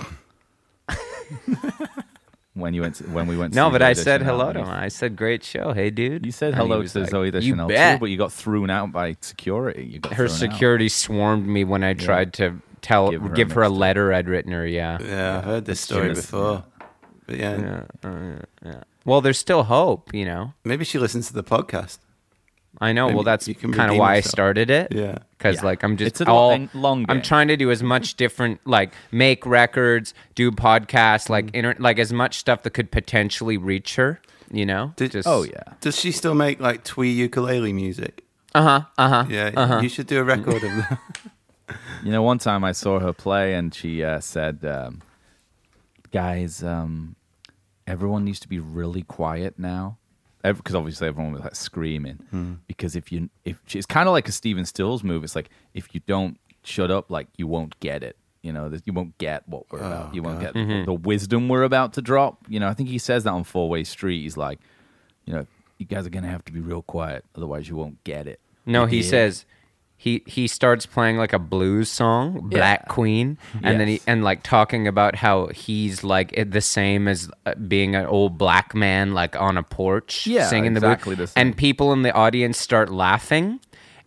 Speaker 1: when you went to, when we went. To
Speaker 3: no,
Speaker 1: see
Speaker 3: but
Speaker 1: Zoe
Speaker 3: I said
Speaker 1: Deschanel,
Speaker 3: hello
Speaker 1: and
Speaker 3: to
Speaker 1: you-
Speaker 3: him. I said, "Great show, hey dude."
Speaker 1: You said
Speaker 3: And he
Speaker 1: hello
Speaker 3: was
Speaker 1: to
Speaker 3: like,
Speaker 1: Zoe Deschanel
Speaker 3: you bet.
Speaker 1: too, but you got thrown out by security. You got
Speaker 3: her
Speaker 1: thrown out.
Speaker 3: security swarmed me when I tried to tell
Speaker 1: Give
Speaker 3: give
Speaker 1: her
Speaker 3: her,
Speaker 1: a
Speaker 3: a,
Speaker 1: mixtape.
Speaker 3: letter I'd written her. Yeah.
Speaker 2: Yeah, I've heard this story
Speaker 1: was-
Speaker 2: before. But yeah,
Speaker 3: Well, there's still hope, you know.
Speaker 2: maybe she listens to the podcast.
Speaker 3: I know.
Speaker 2: Maybe
Speaker 3: well, that's
Speaker 2: you can
Speaker 3: kind of
Speaker 2: redeem
Speaker 3: why I
Speaker 2: yourself.
Speaker 3: started it.
Speaker 2: Yeah.
Speaker 3: Because
Speaker 1: Yeah.
Speaker 3: like I'm just
Speaker 1: It's a
Speaker 3: all
Speaker 1: long- long
Speaker 3: I'm
Speaker 1: game.
Speaker 3: trying to do as much different, like make records, do podcasts, like inter- like as much stuff that could potentially reach her. You know.
Speaker 2: Did-
Speaker 1: Oh yeah.
Speaker 2: Does she still make like twee ukulele music?
Speaker 3: Uh-huh,
Speaker 2: Uh huh. Uh huh. Yeah. You should do a record of that.
Speaker 1: You know, one time I saw her play, and she uh, said, um, "Guys, um, everyone needs to be really quiet now." Because obviously everyone was like screaming. Because if you, if it's kind of like a Steven Stills move. It's like if you don't shut up, like you won't get it. You know, that you won't get what we're about. You won't get
Speaker 3: Mm-hmm.
Speaker 1: the wisdom we're about to drop. You know, I think he says that on Four Way Street. He's like, you know, you guys are gonna have to be real quiet, otherwise you won't get it.
Speaker 3: No,
Speaker 1: You
Speaker 3: he
Speaker 1: did.
Speaker 3: says he he starts playing like a blues song, Black Queen, and then he
Speaker 1: Yes.
Speaker 3: and like talking about how he's like it- the same as uh, being an old black man like on a porch
Speaker 1: Yeah,
Speaker 3: singing
Speaker 1: exactly
Speaker 3: the
Speaker 1: the
Speaker 3: blues.
Speaker 1: same.
Speaker 3: And people in the audience start laughing.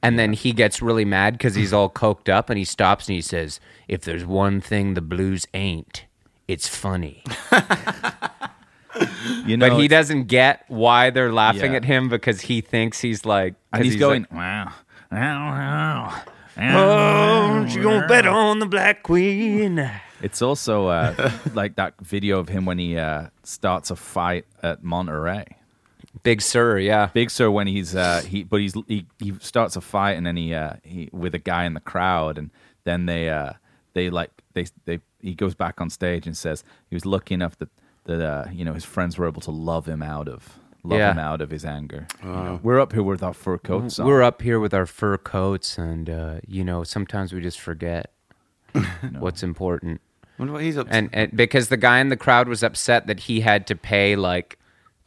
Speaker 3: And then he gets really mad because he's all coked up and he stops and he says, If there's one thing the blues ain't, it's funny.
Speaker 1: you know,
Speaker 3: But he
Speaker 1: it's-
Speaker 3: doesn't get why they're laughing
Speaker 1: Yeah.
Speaker 3: at him because he thinks he's like.
Speaker 1: and
Speaker 3: 'cause
Speaker 1: he's,
Speaker 3: like,
Speaker 1: going, Ah. wow, wow, wow,
Speaker 3: Oh, you gonna bet on the Black Queen?
Speaker 1: It's also uh, like that video of him when he uh, starts a fight at Monterey.
Speaker 3: Big Sur, yeah.
Speaker 1: Big Sur when he's uh, he, but he's he, he starts a fight and then he, uh, he with a guy in the crowd and then they uh, they like they they he goes back on stage and says he was lucky enough that that uh, you know his friends were able to love him out of love
Speaker 3: Yeah.
Speaker 1: him out of his anger. You know, we're up here with our fur coats on.
Speaker 3: We're up here with our fur coats, and uh, you know, sometimes we just forget what's important.
Speaker 2: wonder what he's up to.
Speaker 3: And, and because the guy in the crowd was upset that he had to pay like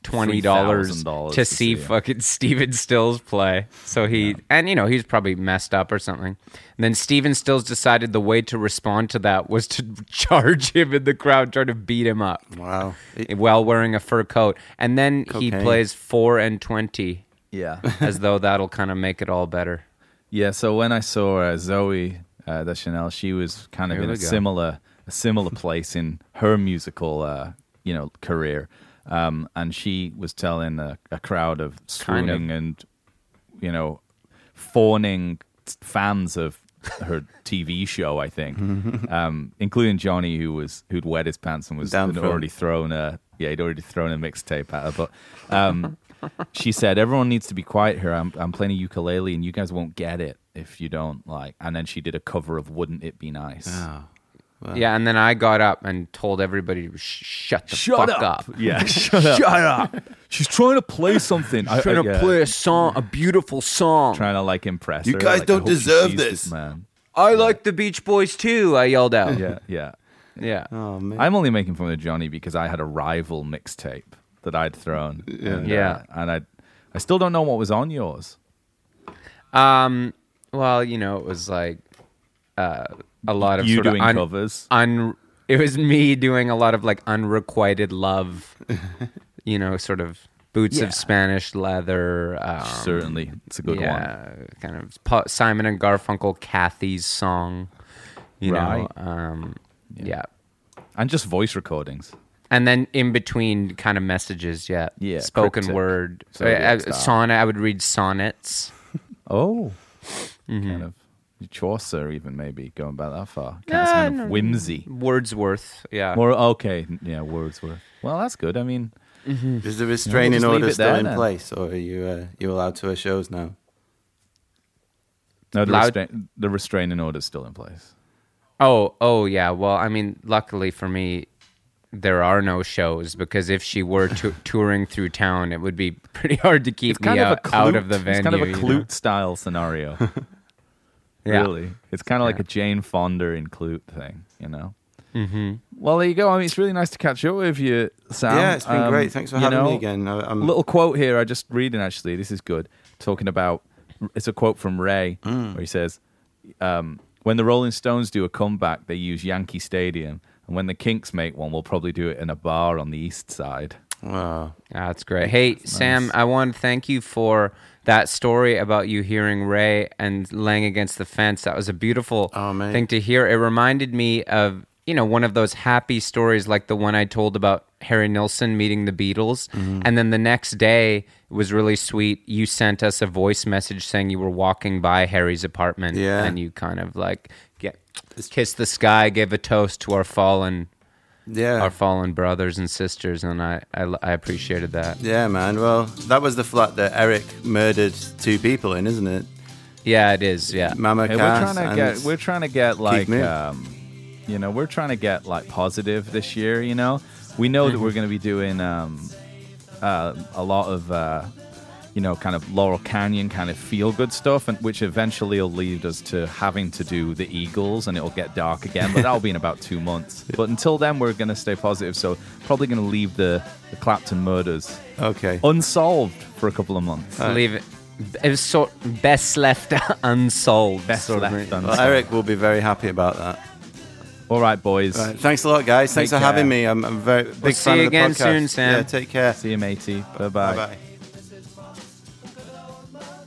Speaker 3: twenty dollars
Speaker 1: $3,000
Speaker 3: to
Speaker 1: to
Speaker 3: see
Speaker 1: see him.
Speaker 3: fucking Steven Stills play, so he and you know he's probably messed up or something. And then Steven Stills decided the way to respond to that was to charge him in the crowd, try to beat him up
Speaker 2: wow. It-
Speaker 3: while wearing a fur coat, and then he
Speaker 2: Cocaine.
Speaker 3: plays four and twenty.
Speaker 1: yeah.
Speaker 3: as though that'll kind of make it all better.
Speaker 1: Yeah, so when I saw uh, Zoe uh, the Chanel, she was kind of
Speaker 3: Here
Speaker 1: in
Speaker 3: we
Speaker 1: a
Speaker 3: go.
Speaker 1: similar a similar place in her musical uh, you know career, um, and she was telling a, a crowd of
Speaker 3: Kind
Speaker 1: swooning
Speaker 3: of.
Speaker 1: and you know fawning fans of her TV show, I think, um, including Johnny, who was who'd wet his pants and was
Speaker 2: Down
Speaker 1: had
Speaker 2: front.
Speaker 1: already thrown a yeah he'd already thrown a mixtape at her, but. Um, she said, "Everyone needs to be quiet here. I'm I'm playing a ukulele, and you guys won't get it if you don't like." And then she did a cover of "Wouldn't It Be Nice."
Speaker 2: Ah.
Speaker 3: Yeah, and then I got up and told everybody to sh- shut the fuck up.
Speaker 1: Yeah, shut up. Shut up. She's trying to play something. She's
Speaker 3: Trying to play a song, a beautiful song.
Speaker 1: Trying to like impress.
Speaker 2: You
Speaker 1: her,
Speaker 2: guys
Speaker 1: like, I
Speaker 2: don't
Speaker 1: hope she
Speaker 2: deserve
Speaker 1: sees
Speaker 2: this.
Speaker 1: man.
Speaker 3: I like the Beach Boys too. I yelled out.
Speaker 1: Yeah, yeah.
Speaker 3: yeah.
Speaker 2: oh man.
Speaker 1: I'm only making fun of Johnny because I had a rival mixtape that I'd thrown. Yeah, and, uh,
Speaker 3: Yeah.
Speaker 1: and I, I still don't know what was on yours.
Speaker 3: Um. Well, you know, it was like uh, a lot of
Speaker 1: you
Speaker 3: sort
Speaker 1: doing
Speaker 3: of un-
Speaker 1: covers.
Speaker 3: un. It was me doing a lot of like unrequited love. you know, sort of boots
Speaker 1: Yeah.
Speaker 3: of Spanish leather. Um,
Speaker 1: Certainly, it's a good one.
Speaker 3: yeah, kind of Pa- Simon and Garfunkel, Kathy's song, you
Speaker 1: Right.
Speaker 3: know, um, yeah.
Speaker 1: And just voice recordings.
Speaker 3: And then in between kind of messages, yeah,
Speaker 1: Yeah,
Speaker 3: spoken
Speaker 1: cryptic,
Speaker 3: word, uh,
Speaker 1: zodiac
Speaker 3: uh,
Speaker 1: style.
Speaker 3: sonnet. I would read sonnets.
Speaker 1: Oh,
Speaker 3: Mm-hmm.
Speaker 1: kind of Chaucer, even maybe going back that far. Kind
Speaker 3: Yeah,
Speaker 1: of sound
Speaker 3: Ah, no.
Speaker 1: of whimsy.
Speaker 3: Wordsworth, yeah,
Speaker 1: More okay, n- yeah, Wordsworth. Well, that's good. I mean,
Speaker 2: Is the restraining
Speaker 1: just leave
Speaker 2: order
Speaker 1: it
Speaker 2: still
Speaker 1: there
Speaker 2: in
Speaker 1: then.
Speaker 2: place, or are you uh, you allowed to her shows now?
Speaker 1: no, the,
Speaker 3: Loud-
Speaker 1: restra- the restraining order's still in place.
Speaker 3: Oh, oh yeah. Well, I mean, luckily for me, there are no shows because if she were tou- touring through town, it would be pretty hard to keep
Speaker 1: It's
Speaker 3: me
Speaker 1: kind of
Speaker 3: out,
Speaker 1: a klute,
Speaker 3: out of the venue.
Speaker 1: It's kind of a
Speaker 3: you know?
Speaker 1: Clute style scenario.
Speaker 3: Yeah.
Speaker 1: Really, it's kind of like a Jane Fonda in Clute thing, you know. Well, there you go. I mean, it's really nice to catch up with you, Sam.
Speaker 2: yeah, it's been
Speaker 1: Um,
Speaker 2: great. Thanks for
Speaker 1: you
Speaker 2: having
Speaker 1: know,
Speaker 2: me again. I, I'm,
Speaker 1: Little quote here. I just reading actually. This is good. Talking about it's a quote from Ray
Speaker 2: Mm.
Speaker 1: where he says, um, "When the Rolling Stones do a comeback, they use Yankee Stadium, and when the Kinks make one, we'll probably do it in a bar on the East Side."
Speaker 2: wow.
Speaker 3: Ah, that's great. Hey, Sam, I want to thank you for that story about you hearing Ray and laying against the fence. That was a beautiful
Speaker 2: Oh, mate.
Speaker 3: thing to hear. It reminded me of, you know, one of those happy stories like the one I told about Harry Nilsson meeting the Beatles.
Speaker 2: Mm-hmm.
Speaker 3: And then the next day it was really sweet. You sent us a voice message saying you were walking by Harry's apartment
Speaker 2: Yeah.
Speaker 3: and you kind of like get kissed the sky, gave a toast to our fallen
Speaker 2: Yeah.
Speaker 3: our fallen brothers and sisters and I I, I appreciated that.
Speaker 2: yeah, man. Well, that was the flat that Eric murdered two people in, isn't it?
Speaker 3: Yeah, it is. Yeah.
Speaker 2: Mama
Speaker 1: Hey, we're
Speaker 2: Cass.
Speaker 1: trying to
Speaker 2: and-
Speaker 1: get we're trying to get like
Speaker 2: moving.
Speaker 1: um, you know we're trying to get like positive this year. You know, we know
Speaker 2: Mm-hmm.
Speaker 1: that we're going to be doing um, uh, a lot of uh, you know kind of Laurel Canyon kind of feel good stuff, and which eventually will lead us to having to do the Eagles, and it'll get dark again. But that'll be in about two months. But until then, we're going to stay positive. So probably going to leave the the Clapton murders
Speaker 2: okay.
Speaker 1: unsolved for a couple of months.
Speaker 3: Leave it. It was so best left unsolved.
Speaker 1: Best
Speaker 3: sort of
Speaker 1: left
Speaker 3: thing.
Speaker 2: Well,
Speaker 1: unsolved.
Speaker 2: Eric will be very happy about that.
Speaker 1: All right, boys.
Speaker 2: Right. Thanks a lot, guys. Thanks
Speaker 1: Take
Speaker 2: for having
Speaker 1: care.
Speaker 2: me. I'm, I'm very big
Speaker 3: see
Speaker 2: fan
Speaker 3: you
Speaker 2: of the
Speaker 3: again
Speaker 2: podcast.
Speaker 3: soon, Sam.
Speaker 2: Yeah, take care.
Speaker 1: See you, matey.
Speaker 2: Bye bye.